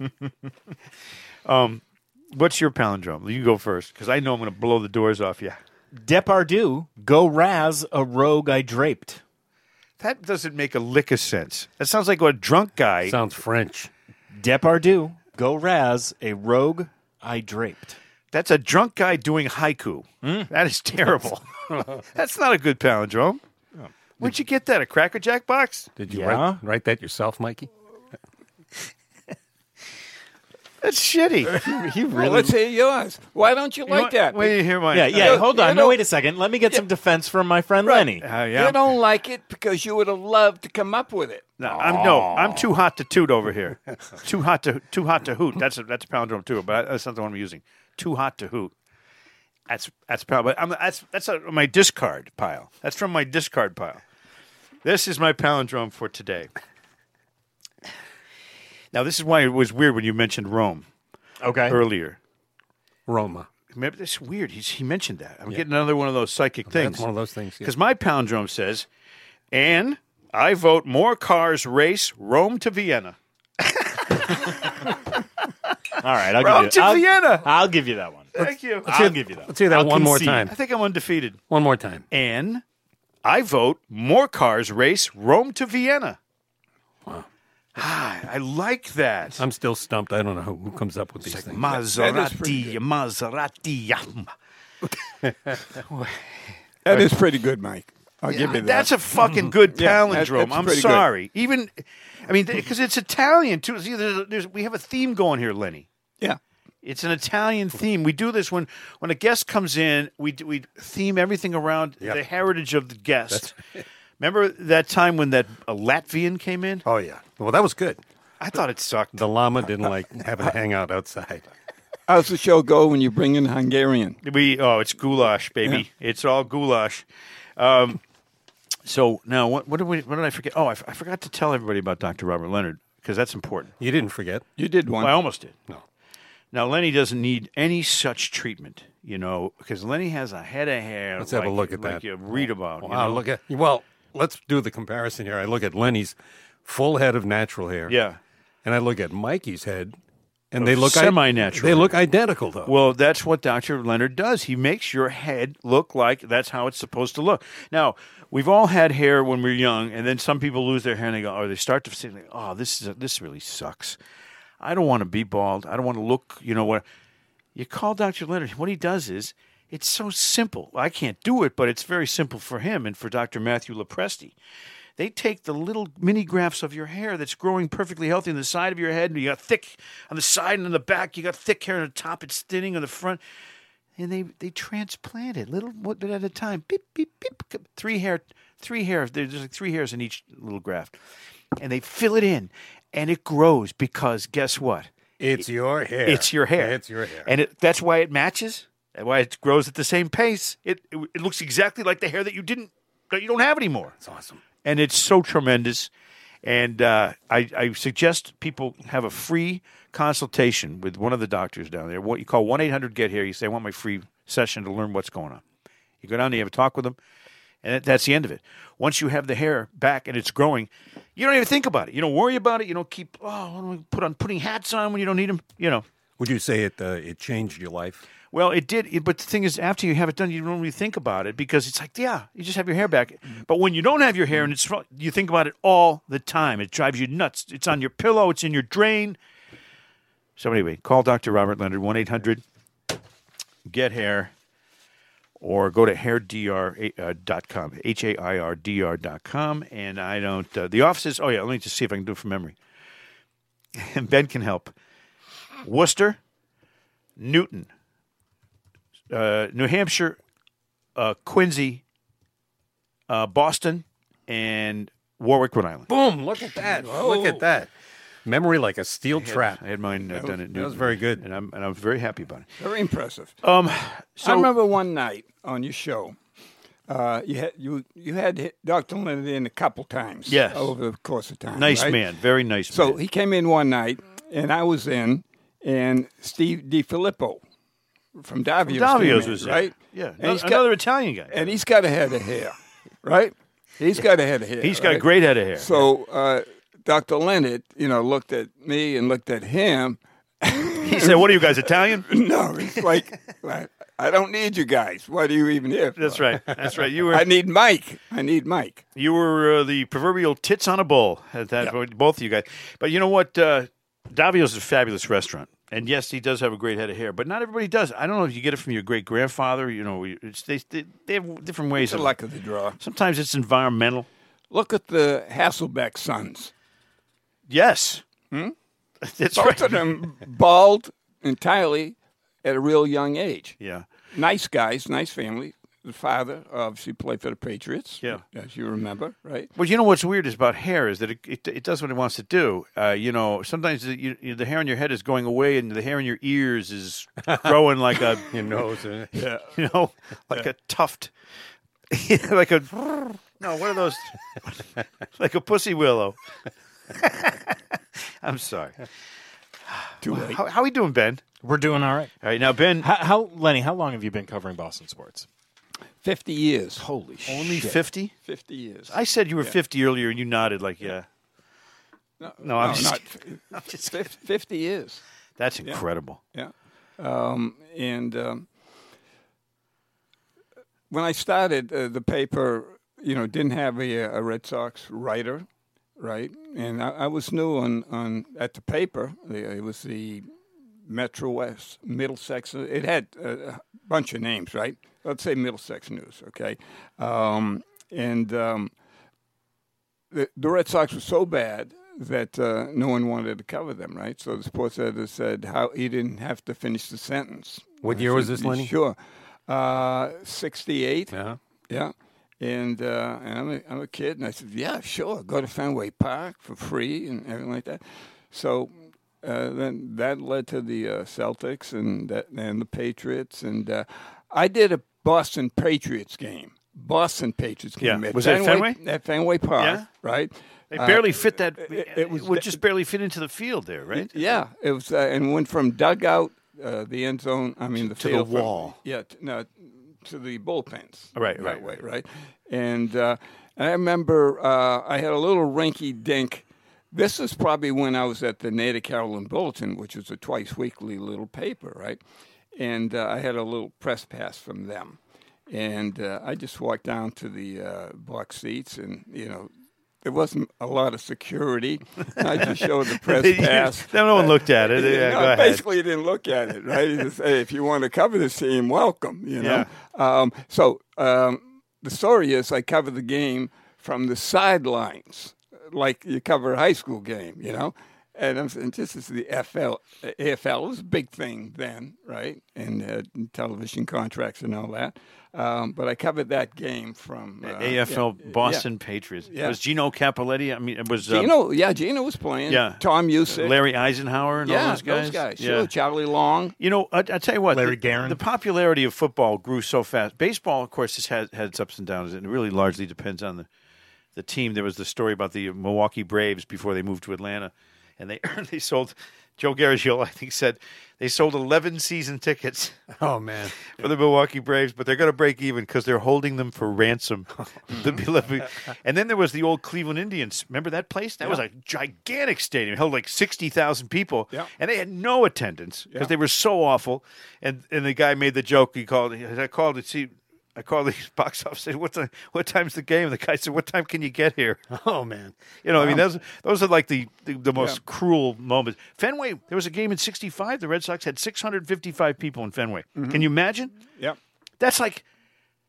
[SPEAKER 1] um, what's your palindrome? You go first because I know I'm going to blow the doors off you.
[SPEAKER 5] Depardieu, go raz a rogue I draped.
[SPEAKER 1] That doesn't make a lick of sense. That sounds like what a drunk guy.
[SPEAKER 4] Sounds French.
[SPEAKER 5] Depardieu, go raz a rogue I draped.
[SPEAKER 1] That's a drunk guy doing haiku.
[SPEAKER 5] Mm.
[SPEAKER 1] That is terrible. That's not a good palindrome. Where'd you get that? A Cracker Jack box?
[SPEAKER 4] Did you
[SPEAKER 5] Yeah.
[SPEAKER 4] write, write that yourself, Mikey?
[SPEAKER 1] That's shitty.
[SPEAKER 5] He
[SPEAKER 3] Well, let's hear yours. Why don't you, like that?
[SPEAKER 1] Wait, hear mine.
[SPEAKER 5] Yeah, yeah.
[SPEAKER 3] You
[SPEAKER 5] hold on.
[SPEAKER 3] know-
[SPEAKER 5] No, wait a second. Let me get some defense from my friend Lenny.
[SPEAKER 1] Uh,
[SPEAKER 3] You
[SPEAKER 1] yeah.
[SPEAKER 3] don't like it because you would have loved to come up with it.
[SPEAKER 1] No, I'm no. I'm too hot to toot over here. too hot to too hot to hoot. That's a, that's a palindrome too, but that's not the one I'm using. Too hot to hoot. That's that's probably I'm, that's that's uh my discard pile. That's from my discard pile. This is my palindrome for today. Now this is why it was weird when you mentioned Rome
[SPEAKER 5] Okay.
[SPEAKER 1] earlier.
[SPEAKER 4] Roma.
[SPEAKER 1] Remember, that's weird. He's, he mentioned that. I'm getting another one of those psychic things.
[SPEAKER 4] That's one of those things. Yeah.
[SPEAKER 1] Because my palindrome says, and I vote more cars race Rome to Vienna.
[SPEAKER 5] All right. I'll
[SPEAKER 1] Rome
[SPEAKER 5] give you.
[SPEAKER 1] to
[SPEAKER 5] I'll,
[SPEAKER 1] Vienna.
[SPEAKER 5] I'll give you that one.
[SPEAKER 1] Thank you.
[SPEAKER 5] I'll give you that.
[SPEAKER 4] Let's hear that
[SPEAKER 5] I'll
[SPEAKER 4] one more
[SPEAKER 5] concede.
[SPEAKER 4] time.
[SPEAKER 1] I think I'm undefeated.
[SPEAKER 4] One more time.
[SPEAKER 1] And I vote more cars race Rome to Vienna. Wow. I like that.
[SPEAKER 4] I'm still stumped. I don't know who, who comes up with these things.
[SPEAKER 3] That is pretty
[SPEAKER 1] Maserati, Maserati. yum.
[SPEAKER 3] That is pretty good, Mike. I'll give you that. Mm-hmm.
[SPEAKER 1] That's a fucking good
[SPEAKER 3] Yeah, that-
[SPEAKER 1] palindrome.
[SPEAKER 3] that's
[SPEAKER 1] I'm
[SPEAKER 3] pretty good.
[SPEAKER 1] sorry. Even, I mean, because it's Italian too. See, there's, there's, we have a theme going here, Lenny.
[SPEAKER 3] yeah.
[SPEAKER 1] It's an Italian theme. We do this when when a guest comes in. We d- we theme everything around the heritage of the guest. Remember that time when that a Latvian came in?
[SPEAKER 4] Oh yeah. Well, that was good.
[SPEAKER 1] I thought it sucked.
[SPEAKER 4] The llama didn't like having a hangout outside.
[SPEAKER 3] How's the show go when you bring in Hungarian?
[SPEAKER 1] We oh, it's goulash, baby. It's all goulash. Um, so now what what did we what did I forget? Oh, I, f- I forgot to tell everybody about Dr. Robert Leonard because that's important.
[SPEAKER 4] You didn't forget.
[SPEAKER 3] You did one.
[SPEAKER 1] Well, I almost did.
[SPEAKER 4] No.
[SPEAKER 1] Now Lenny doesn't need any such treatment, you know, because Lenny has a head of hair.
[SPEAKER 4] Let's have a
[SPEAKER 1] like-
[SPEAKER 4] look at
[SPEAKER 1] like
[SPEAKER 4] that.
[SPEAKER 1] You read about. you
[SPEAKER 4] Wow.
[SPEAKER 1] know?
[SPEAKER 4] Look at. Well, let's do the comparison here. I look at Lenny's full head of natural hair.
[SPEAKER 1] Yeah.
[SPEAKER 4] And I look at Mikey's head, and they look i-
[SPEAKER 1] semi-natural
[SPEAKER 4] They
[SPEAKER 1] hair.
[SPEAKER 4] look identical though.
[SPEAKER 1] Well, that's what Dr. Leonard does. He makes your head look like that's how it's supposed to look. Now, we've all had hair when we're young, and then some people lose their hair and they go, or they start to say, like, oh, this is this really sucks. I don't want to be bald. I don't want to look, you know what? You call Dr. Leonard. What he does is, it's so simple. I can't do it, but it's very simple for him and for Dr. Matthew Lepresti. They take the little mini grafts of your hair that's growing perfectly healthy on the side of your head, and you got thick on the side and on the back. You got thick hair on the top; it's thinning on the front, and they they transplant it little one bit at a time. Beep beep beep. Three hair, three hairs. There's like three hairs in each little graft, and they fill it in, and it grows because guess what?
[SPEAKER 4] it's your hair.
[SPEAKER 1] It's your hair.
[SPEAKER 4] It's your hair.
[SPEAKER 1] And it, that's why it matches. That's why it grows at the same pace. It, it it looks exactly like the hair that you didn't that you don't have anymore.
[SPEAKER 4] it's awesome.
[SPEAKER 1] And it's so tremendous. And uh, I, I suggest people have a free consultation with one of the doctors down there. What you call one eight hundred Get Here. You say I want my free session to learn what's going on. You go down there, you have a talk with them, and that, that's the end of it. Once you have the hair back and it's growing, you don't even think about it. You don't worry about it. You don't keep oh, what do I put on putting hats on when you don't need them. You know.
[SPEAKER 4] Would you say it uh, it changed your life?
[SPEAKER 1] Well, it did, it- but the thing is, after you have it done, you don't really think about it because it's like, yeah, you just have your hair back. But when you don't have your hair and it's fro- you think about it all the time, it drives you nuts. It's on your pillow, it's in your drain. So anyway, call Dr. Robert Leonard one eight hundred get hair, or go to eh, hairdr.com, uh, h a i r d r dot com, and I don't. Uh, the office is. Oh yeah, let me just see if I can do it from memory. And Ben can help. Worcester, Newton, uh, New Hampshire, uh, Quincy, uh, Boston, and Warwick, Rhode Island.
[SPEAKER 4] Boom! Look at that! Look at that! Memory like a steel trap.
[SPEAKER 1] I had mine uh, done at Newton.
[SPEAKER 4] was very good.
[SPEAKER 1] and I'm and I'm very happy about it. Um,
[SPEAKER 3] Very impressive.
[SPEAKER 1] Uh, So,
[SPEAKER 3] I remember one night on your show, uh, you had you you had Dr. Leonard in a couple times.
[SPEAKER 1] Yes.
[SPEAKER 3] over the course of time.
[SPEAKER 1] nice
[SPEAKER 3] right?
[SPEAKER 1] man, very nice man.
[SPEAKER 3] So he came in one night, and I was in, and Steve DiFilippo from
[SPEAKER 1] Davio's
[SPEAKER 3] Davio's, came in,
[SPEAKER 1] was there.
[SPEAKER 3] right.
[SPEAKER 1] Yeah,
[SPEAKER 3] and
[SPEAKER 1] no-
[SPEAKER 3] he's got
[SPEAKER 1] another Italian guy.
[SPEAKER 3] and he's got a head of hair, right? He's got a head of hair.
[SPEAKER 1] He's
[SPEAKER 3] He's
[SPEAKER 1] got a great head of hair.
[SPEAKER 3] So uh, Dr. Leonard, you know, looked at me and looked at him.
[SPEAKER 1] he said, "What are you guys Italian?"
[SPEAKER 3] No, it's like I- I don't need you guys. Why do you even here? for?
[SPEAKER 1] That's right. That's right. You were
[SPEAKER 3] I need Mike. I need Mike.
[SPEAKER 1] you were uh, the proverbial tits on a bull at that. Both of you guys. But you know what? Uh, Davio's is a fabulous restaurant, and yes, he does have a great head of hair. But not everybody does. I don't know if you get it from your great grandfather. You know, it's, they, they they have different ways.
[SPEAKER 3] The
[SPEAKER 1] of,
[SPEAKER 3] luck of the draw.
[SPEAKER 1] sometimes it's environmental.
[SPEAKER 3] Look at the Hasselbeck sons.
[SPEAKER 1] Yes. Hmm? That's
[SPEAKER 3] Both
[SPEAKER 1] right.
[SPEAKER 3] of them bald entirely at a real young age.
[SPEAKER 1] Yeah.
[SPEAKER 3] Nice guys, nice family. The father obviously played for the Patriots.
[SPEAKER 1] Yeah.
[SPEAKER 3] as you remember, right?
[SPEAKER 1] Well, you know what's weird is about hair is that it, it, it does what it wants to do. Uh, you know, sometimes the, you, you, the hair on your head is going away, and the hair in your ears is growing like a
[SPEAKER 4] Your nose. uh,
[SPEAKER 1] you know, like a tuft, like a no, one of those, like a pussy willow. I'm sorry.
[SPEAKER 3] Too late.
[SPEAKER 1] How, how we doing, Ben?
[SPEAKER 5] We're doing all right.
[SPEAKER 1] All right, now Ben,
[SPEAKER 5] How, how Lenny? How long have you been covering Boston sports?
[SPEAKER 3] Fifty years. Holy
[SPEAKER 1] only fifty.
[SPEAKER 3] Fifty years.
[SPEAKER 1] I said you were fifty earlier, and you nodded like yeah.
[SPEAKER 3] No,
[SPEAKER 1] No, I'm Uh, just
[SPEAKER 3] not. It's fif- Fifty years.
[SPEAKER 1] That's incredible.
[SPEAKER 3] Yeah. Um, and um, when I started, uh, the paper, you know, didn't have a, a Red Sox writer, right? And I, I was new on, on at the paper. It was the Metro West, Middlesex. uh, It had a bunch of names, right? Let's say Middlesex News, okay? Um, and um, the, the Red Sox were so bad that uh, no one wanted to cover them, right? So the sports editor said how he didn't have to finish the sentence.
[SPEAKER 4] What
[SPEAKER 3] I
[SPEAKER 4] year was
[SPEAKER 3] said,
[SPEAKER 4] this, Lenny?
[SPEAKER 3] Sure, uh, sixty-eight.
[SPEAKER 4] Yeah.
[SPEAKER 3] Yeah. And, uh, and I'm, a, I'm a kid, and I said, yeah, sure, go to Fenway Park for free and everything like that. So uh, then that led to the uh, Celtics and that, and the Patriots. And uh, I did a Boston Patriots game. Boston Patriots game.
[SPEAKER 1] Yeah. Was it at Fenway?
[SPEAKER 3] At Fenway Park,
[SPEAKER 1] Yeah.
[SPEAKER 3] right?
[SPEAKER 1] They
[SPEAKER 3] Uh,
[SPEAKER 1] barely fit that. It,
[SPEAKER 3] it- it was
[SPEAKER 1] would
[SPEAKER 3] de-
[SPEAKER 1] just barely fit into the field there, right?
[SPEAKER 3] yeah, it was, uh, and went from dugout, uh, the end zone. I mean, the
[SPEAKER 1] To the
[SPEAKER 3] field from-
[SPEAKER 1] wall.
[SPEAKER 3] yeah, t- no, to the bullpens.
[SPEAKER 1] Right,
[SPEAKER 3] that
[SPEAKER 1] right,
[SPEAKER 3] way, right. And uh, I remember uh, I had a little rinky dink. This is probably when I was at the Native Carolyn Bulletin, which is a twice weekly little paper, right? And uh, I had a little press pass from them, and uh, I just walked down to the uh, box seats, and you know. There wasn't a lot of security. I just showed the press pass.
[SPEAKER 1] no one looked at it. Yeah,
[SPEAKER 3] No,
[SPEAKER 1] go ahead.
[SPEAKER 3] basically, he didn't look at it, right? He just hey, if you want to cover this team, welcome. You know. Um, so um, the story is, I cover the game from the sidelines, like you cover a high school game. You know. And, I'm, and this is the FL, AFL was a big thing then, right? And uh, television contracts and all that. Um, but I covered that game from uh,
[SPEAKER 1] AFL
[SPEAKER 3] yeah,
[SPEAKER 1] Boston Patriots.
[SPEAKER 3] Yeah.
[SPEAKER 1] Was Gino Capoletti? I mean, it was
[SPEAKER 3] Yeah.
[SPEAKER 1] uh,
[SPEAKER 3] Gino, yeah, Gino was playing.
[SPEAKER 1] Yeah.
[SPEAKER 3] Tom Usick.
[SPEAKER 1] Larry Eisenhower and all
[SPEAKER 3] yeah,
[SPEAKER 1] those guys.
[SPEAKER 3] Sure, Charlie Long.
[SPEAKER 1] You know, I, I tell you what, the,
[SPEAKER 5] Larry Guerin.
[SPEAKER 1] the popularity of football grew so fast. Baseball, of course, has had had its ups and downs, and it really largely depends on the the team. There was the story about the Milwaukee Braves before they moved to Atlanta, and they they sold Joe Garagiola, I think, said they sold 11 season tickets
[SPEAKER 4] Oh man,
[SPEAKER 1] for the Milwaukee Braves, but they're going to break even because they're holding them for ransom. The beloved- and then there was the old Cleveland Indians. Remember that place? That was a gigantic stadium, It held like sixty thousand people,
[SPEAKER 3] Yeah.
[SPEAKER 1] and they had no attendance because
[SPEAKER 3] Yeah.
[SPEAKER 1] they were so awful. And and the guy made the joke. He called. he- I called to see. I called the box office. Said, "What time? What time's the game?" And the guy said, "What time can you get here?"
[SPEAKER 4] oh man.
[SPEAKER 1] You know, I mean, those those are like the the, the most cruel moments. Fenway. There was a game in '65. The Red Sox had 655 people in Fenway.
[SPEAKER 3] Mm-hmm.
[SPEAKER 1] Can you imagine?
[SPEAKER 3] Yeah.
[SPEAKER 1] That's like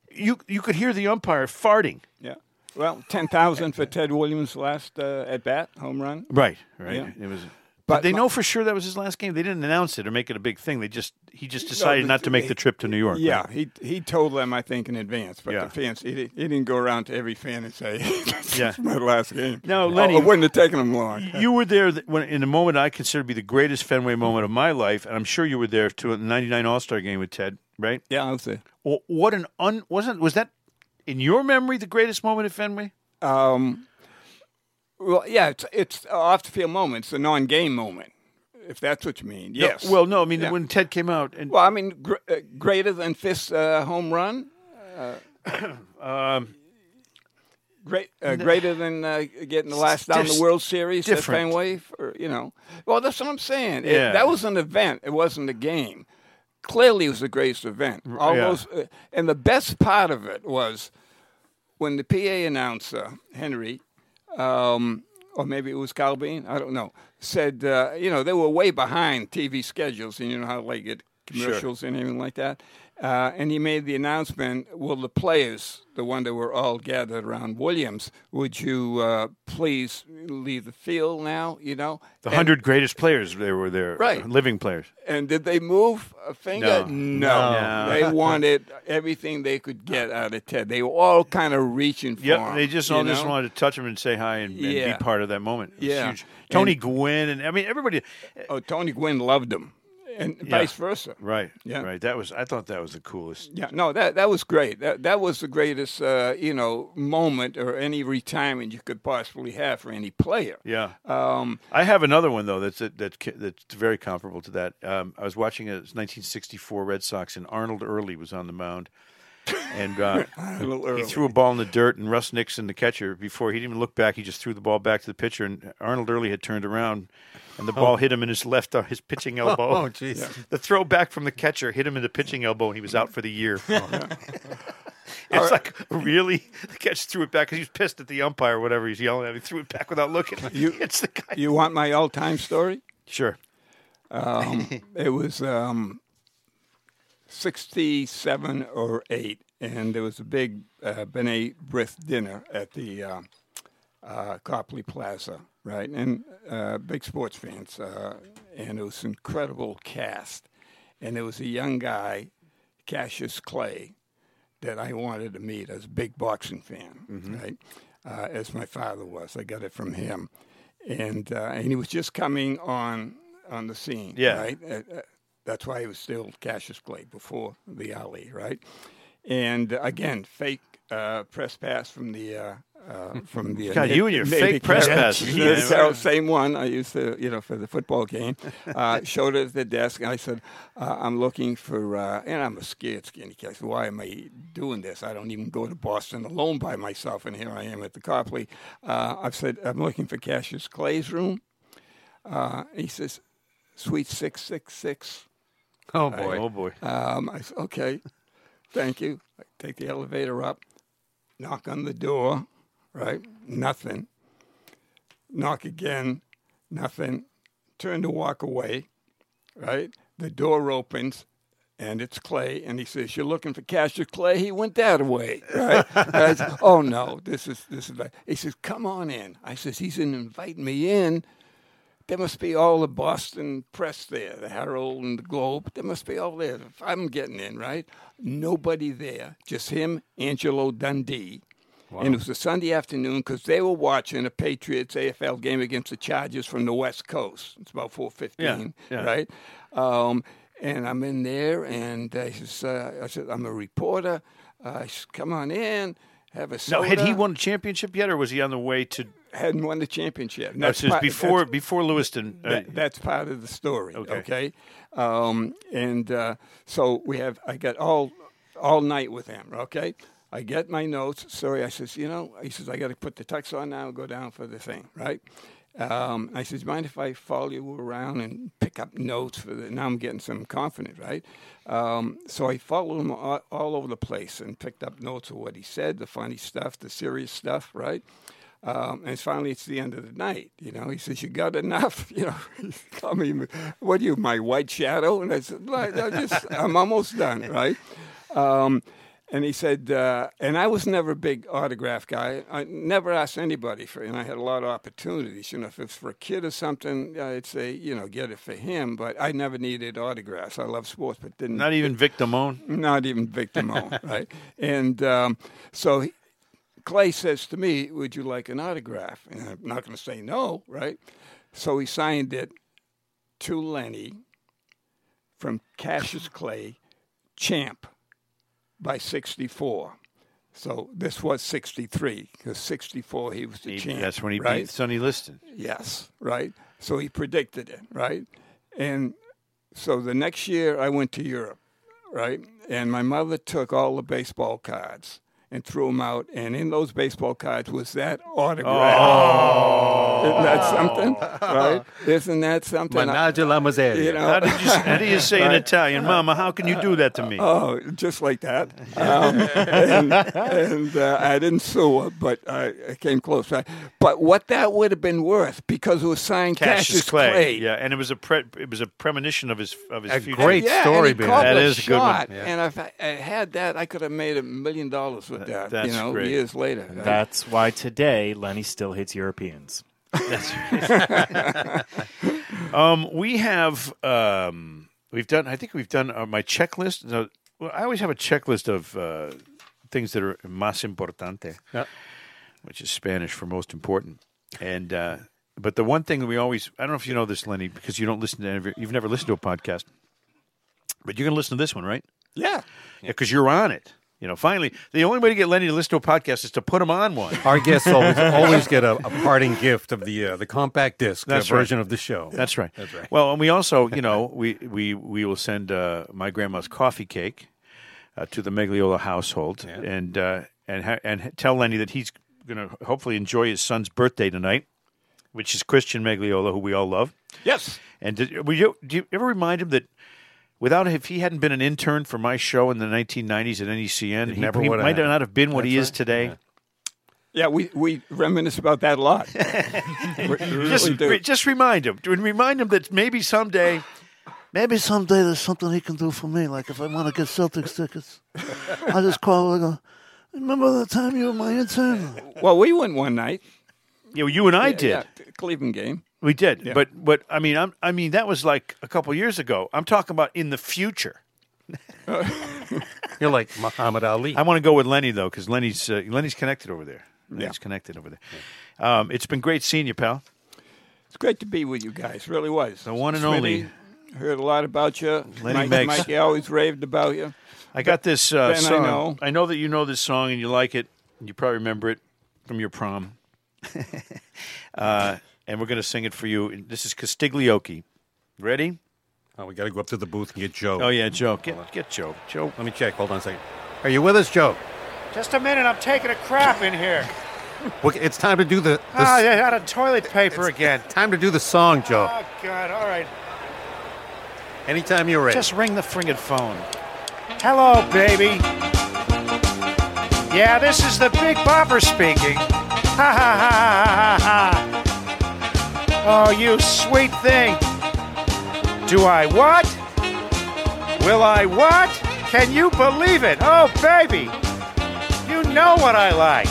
[SPEAKER 1] you you could hear the umpire farting.
[SPEAKER 3] Yeah. Well, 10,000 for Ted Williams' last uh, at bat home run.
[SPEAKER 1] Right, right.
[SPEAKER 3] Yeah.
[SPEAKER 1] It was.
[SPEAKER 3] But
[SPEAKER 1] But they
[SPEAKER 3] my-
[SPEAKER 1] know for sure that was his last game. They didn't announce it or make it a big thing. They just he just decided
[SPEAKER 3] but
[SPEAKER 1] not to make
[SPEAKER 3] they-
[SPEAKER 1] the trip to New York.
[SPEAKER 3] Yeah,
[SPEAKER 1] right?
[SPEAKER 3] he he told them I think in advance, but
[SPEAKER 1] Yeah.
[SPEAKER 3] the fans he, di- he didn't go around to every fan and say, "This
[SPEAKER 1] Yeah.
[SPEAKER 3] is my last game."
[SPEAKER 1] Now,
[SPEAKER 3] Oh,
[SPEAKER 1] Lenny-
[SPEAKER 3] it wouldn't have taken him long.
[SPEAKER 1] You were there th- when, in a moment I consider to be the greatest Fenway moment of my life, and I'm sure you were there too at the '99 All Star game with Ted, right?
[SPEAKER 3] Yeah, I'll say.
[SPEAKER 1] Well, what an un wasn't was that in your memory the greatest moment at Fenway?
[SPEAKER 3] Um, well, yeah, it's it's a off the field moment. It's a non game moment, if that's what you mean. Yes.
[SPEAKER 1] well, no, I mean
[SPEAKER 3] Yeah.
[SPEAKER 1] when Ted came out and
[SPEAKER 3] well, I mean gr- uh, greater than fifth uh, home run.
[SPEAKER 1] Um,
[SPEAKER 3] Uh, Great, uh, greater than uh, getting the last down the
[SPEAKER 1] just
[SPEAKER 3] World Series at
[SPEAKER 1] different.
[SPEAKER 3] Fenway, or, you know. Well, that's what I'm saying. It-
[SPEAKER 1] Yeah.
[SPEAKER 3] that was an event. It wasn't a game. Clearly, it was the greatest event. All
[SPEAKER 1] yeah.
[SPEAKER 3] those, uh, and the best part of it was when the PA announcer Henry, um, or maybe it was Calbean, I don't know, said uh, you know they were way behind TV schedules, and you know how they get commercials and everything like that. Uh, and he made the announcement: "Will the players, the one that were all gathered around Williams, would you uh, please leave the field now?" You know,
[SPEAKER 1] the
[SPEAKER 3] And-
[SPEAKER 1] hundred greatest players they were there,
[SPEAKER 3] Right.
[SPEAKER 1] Living players.
[SPEAKER 3] and did they move a finger?
[SPEAKER 1] No.
[SPEAKER 4] No.
[SPEAKER 3] They wanted everything they could get out of Ted. They were all kind of reaching for
[SPEAKER 1] Yep,
[SPEAKER 3] him.
[SPEAKER 1] they just
[SPEAKER 3] you
[SPEAKER 1] all just
[SPEAKER 3] know?
[SPEAKER 1] wanted to touch him and say hi and, and
[SPEAKER 3] Yeah.
[SPEAKER 1] be part of that moment. It was
[SPEAKER 3] Yeah.
[SPEAKER 1] huge. Tony Gwynn and I mean everybody.
[SPEAKER 3] Oh, Tony Gwynn loved him, and vice versa.
[SPEAKER 1] Right,
[SPEAKER 3] Yeah.
[SPEAKER 1] eh, right. That was I thought that was the coolest.
[SPEAKER 3] Yeah, no, that that was great. That that was the greatest, uh, you know, moment or any retirement you could possibly have for any player.
[SPEAKER 1] Yeah,
[SPEAKER 3] Um,
[SPEAKER 1] I have another one though that's that that's very comparable to that. Um, I was watching a 1964 Red Sox and Arnold Early was on the mound, and uh,
[SPEAKER 3] a little
[SPEAKER 1] he
[SPEAKER 3] early.
[SPEAKER 1] threw a ball in the dirt, and Russ Nixon, the catcher, before he didn't even look back, he just threw the ball back to the pitcher, and Arnold Early had turned around, and the ball
[SPEAKER 3] Oh.
[SPEAKER 1] hit him in his left, uh, his pitching elbow.
[SPEAKER 4] Oh jeez.
[SPEAKER 1] The throw back from the catcher hit him in the pitching elbow, and he was out for the year. it's like really the catcher threw it back because he was pissed at the umpire, or whatever he's yelling at. He threw it back without looking. it's the guy.
[SPEAKER 3] you want my all-time story?
[SPEAKER 1] Sure.
[SPEAKER 3] It was um, 67 or 8, and there was a big uh, B'nai B'rith dinner at the uh, uh, Copley Plaza, right? And uh, big sports fans, uh, and it was an incredible cast. And there was a young guy, Cassius Clay, that I wanted to meet. I was a big boxing fan, right? Uh, as my father was, I got it from him, and uh, and he was just coming on on the scene,
[SPEAKER 1] Yeah.
[SPEAKER 3] right? Uh, uh, that's why he was still Cassius Clay before the alley, right? And uh, again, fake uh, press pass from the. Uh, uh, from the
[SPEAKER 1] God, you and your fake press passes,
[SPEAKER 3] Yeah,
[SPEAKER 1] man.
[SPEAKER 3] so- same one I used to, you know, for the football game. Uh, showed it at the desk, and I said, uh, "I'm looking for," uh, and I'm a scared skinny kid. I said, Why am I doing this? I don't even go to Boston alone by myself, and here I am at the Copley. Uh, I've said, "I'm looking for Cassius Clay's room." Uh, he says, "Suite six six six.
[SPEAKER 4] Oh boy.
[SPEAKER 1] Oh boy.
[SPEAKER 3] Um, I said, okay, thank you. I take the elevator up, knock on the door, right? Nothing. Knock again, nothing. Turn to walk away, right? The door opens, and it's Clay, and he says, "You're looking for Cashier Clay." He went that way, right? And I said, oh no, this is this is. Bad. He says, "Come on in." I says, "He's inviting me in." There must be all the Boston press there, the Herald and the Globe. There must be all there. If I'm getting in, right? Nobody there, just him, Angelo Dundee. And it was a Sunday afternoon because they were watching a Patriots AFL game against the Chargers from the West Coast. It's about 4.15,
[SPEAKER 1] Yeah, yeah.
[SPEAKER 3] right? Um, and I'm in there, and I, says, uh, I said, I'm a reporter. Uh, I said, come on in, have a
[SPEAKER 1] Now,
[SPEAKER 3] soda. uh,
[SPEAKER 1] had he won a championship yet, or was he on the way to
[SPEAKER 3] hadn't won the championship. And
[SPEAKER 1] That's
[SPEAKER 3] that's
[SPEAKER 1] just
[SPEAKER 3] part-
[SPEAKER 1] before before Lewiston. uh,
[SPEAKER 3] that, that's part of the story.
[SPEAKER 1] Okay.
[SPEAKER 3] Okay. Um, and uh, so we have. I got all all night with him. Okay. I get my notes. Sorry, I says, you know, he says I got to put the tux on now and go down for the thing, right? Um, I says, mind if I follow you around and pick up notes for the? Now I'm getting some confident, right? Um, so I followed him all, all over the place and picked up notes of what he said, the funny stuff, the serious stuff, right? Um, and finally, it's the end of the night. You know, he says, "You got enough." You know, he's call me, "What are you, my white shadow?" And I said, "No, I- I just, I'm almost done, right?" Um, and he said, uh, and I was never a big autograph guy. I never asked anybody for, and I had a lot of opportunities. You know, if it's for a kid or something, I'd say, you know, get it for him. But I never needed autographs. I love sports, but didn't
[SPEAKER 1] Not even Vic Damone.
[SPEAKER 3] not even victim owned, right? And um, so he- Clay says to me, "Would you like an autograph?" And I'm not going to say no, right? So he signed it to Lenny from Cassius Clay, champ by '64. So this was '63 because '64 he was the
[SPEAKER 1] He-
[SPEAKER 3] champ.
[SPEAKER 1] that's when he
[SPEAKER 3] right?
[SPEAKER 1] beat Sonny Liston.
[SPEAKER 3] Yes, right. So he predicted it, right? And so the next year I went to Europe, right? And my mother took all the baseball cards and threw them out. And in those baseball cards was that autograph. Isn't that something? Right? Isn't that something? I-
[SPEAKER 4] Managgio la miseria.
[SPEAKER 3] you know,
[SPEAKER 1] How did you how do you say in Italian, Mama? How can you do that to me?
[SPEAKER 3] Oh, just like that. Um, and and uh, I didn't sue her, but I, I came close. I, but what that would have been worth because it was signed Cassius, Clay.
[SPEAKER 1] Yeah, and it was a pre, it was a premonition of his of his
[SPEAKER 4] A
[SPEAKER 1] future.
[SPEAKER 4] great
[SPEAKER 3] yeah,
[SPEAKER 4] story,
[SPEAKER 3] and he
[SPEAKER 4] Bill.
[SPEAKER 3] called
[SPEAKER 1] That
[SPEAKER 3] a
[SPEAKER 1] is a good one,
[SPEAKER 3] shot,
[SPEAKER 4] yeah.
[SPEAKER 3] And if I, I had that, I could have made a million dollars with that.
[SPEAKER 1] that's
[SPEAKER 3] you know,
[SPEAKER 1] great.
[SPEAKER 3] years later.
[SPEAKER 5] That's why today Lenny still hits Europeans.
[SPEAKER 1] Um, we have um, we've done. I think we've done uh, my checklist. No, well, I always have a checklist of uh, things that are más importante,
[SPEAKER 4] Yeah.
[SPEAKER 1] which is Spanish for most important. And uh, but the one thing that we always I don't know if you know this, Lenny, because you don't listen to any, you've never listened to a podcast, but you're going to listen to this one, right?
[SPEAKER 3] yeah.
[SPEAKER 1] Yeah, because you're on it. You know, finally, the only way to get Lenny to listen to a podcast is to put him on one.
[SPEAKER 4] Our guests always, always get a, a parting gift of the uh, the compact disc
[SPEAKER 1] That's
[SPEAKER 4] uh,
[SPEAKER 1] right.
[SPEAKER 4] version of the show.
[SPEAKER 1] That's right. That's right. Well, and we also, you know, we we we will send uh, my grandma's coffee cake uh, to the Megliola household, and uh, and ha- and tell Lenny that he's going to hopefully enjoy his son's birthday tonight, which is Christian Megliola, who we all love.
[SPEAKER 3] Yes.
[SPEAKER 1] And did, were you, do you ever remind him that? Without if he hadn't been an intern for my show in the 1990s at NECN, he,
[SPEAKER 4] never
[SPEAKER 1] he
[SPEAKER 4] would've
[SPEAKER 1] might
[SPEAKER 4] happened.
[SPEAKER 1] not have been what he
[SPEAKER 4] That's
[SPEAKER 1] is
[SPEAKER 4] right.
[SPEAKER 1] today.
[SPEAKER 3] Yeah, we, we reminisce about that a lot. we, we really
[SPEAKER 1] Just,
[SPEAKER 3] do.
[SPEAKER 1] re- just remind him. Remind him that maybe someday
[SPEAKER 6] Maybe someday there's something he can do for me. Like if I want to get Celtics tickets, I just call and go, Remember the time you were my intern?
[SPEAKER 3] well, we went one night.
[SPEAKER 1] you, know, you and I did.
[SPEAKER 3] Yeah, Cleveland game.
[SPEAKER 1] We did, but but I mean, I'm, I mean that was like a couple years ago. I'm talking about in the future.
[SPEAKER 4] You're like Muhammad Ali.
[SPEAKER 1] I want to go with Lenny though, because Lenny's uh, Lenny's connected over there. Lenny's connected over there. Um, it's been great seeing you, pal.
[SPEAKER 3] It's great to be with you guys. Really was. The
[SPEAKER 1] one and only.
[SPEAKER 3] Heard a lot about you.
[SPEAKER 1] Lenny
[SPEAKER 3] Mike,
[SPEAKER 1] Meggs.
[SPEAKER 3] Mikey always raved about you.
[SPEAKER 1] I got this uh,
[SPEAKER 3] Ben, I
[SPEAKER 1] song.
[SPEAKER 3] know.
[SPEAKER 1] that you know this song and you like it. You probably remember it from your prom. uh, and we're going to sing it for you. This is Castiglioki. Ready?
[SPEAKER 4] Oh, we got to go up to the booth and get Joe.
[SPEAKER 1] Oh yeah, Joe. Get get Joe. Joe.
[SPEAKER 4] Let me check. Hold on a second. Are you with us, Joe?
[SPEAKER 1] Just a minute. I'm taking a crap in here.
[SPEAKER 4] Well, it's time to do the, the
[SPEAKER 1] Ah, they out of toilet paper again.
[SPEAKER 4] time to do the song, Joe.
[SPEAKER 1] Oh God! All right.
[SPEAKER 4] Anytime you're ready.
[SPEAKER 1] Just ring the friggin' phone. Hello, baby. Yeah, this is the Big Bopper speaking. Ha ha ha ha ha ha. Oh, you sweet thing. Do I what? Will I what? Can you believe it? Oh, baby. You know what I like.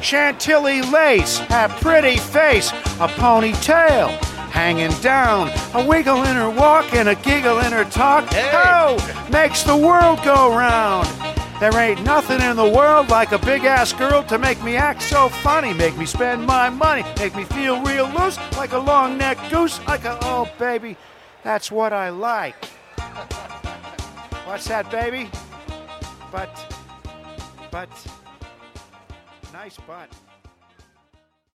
[SPEAKER 1] Chantilly lace, a pretty face, a ponytail hanging down, a wiggle in her walk and a giggle in her talk. Oh, makes the world go round. There ain't nothing in the world like a big ass girl to make me act so funny, make me spend my money, make me feel real loose, like a long necked goose, like a oh baby, that's what I like. What's that, baby? But, but, nice butt.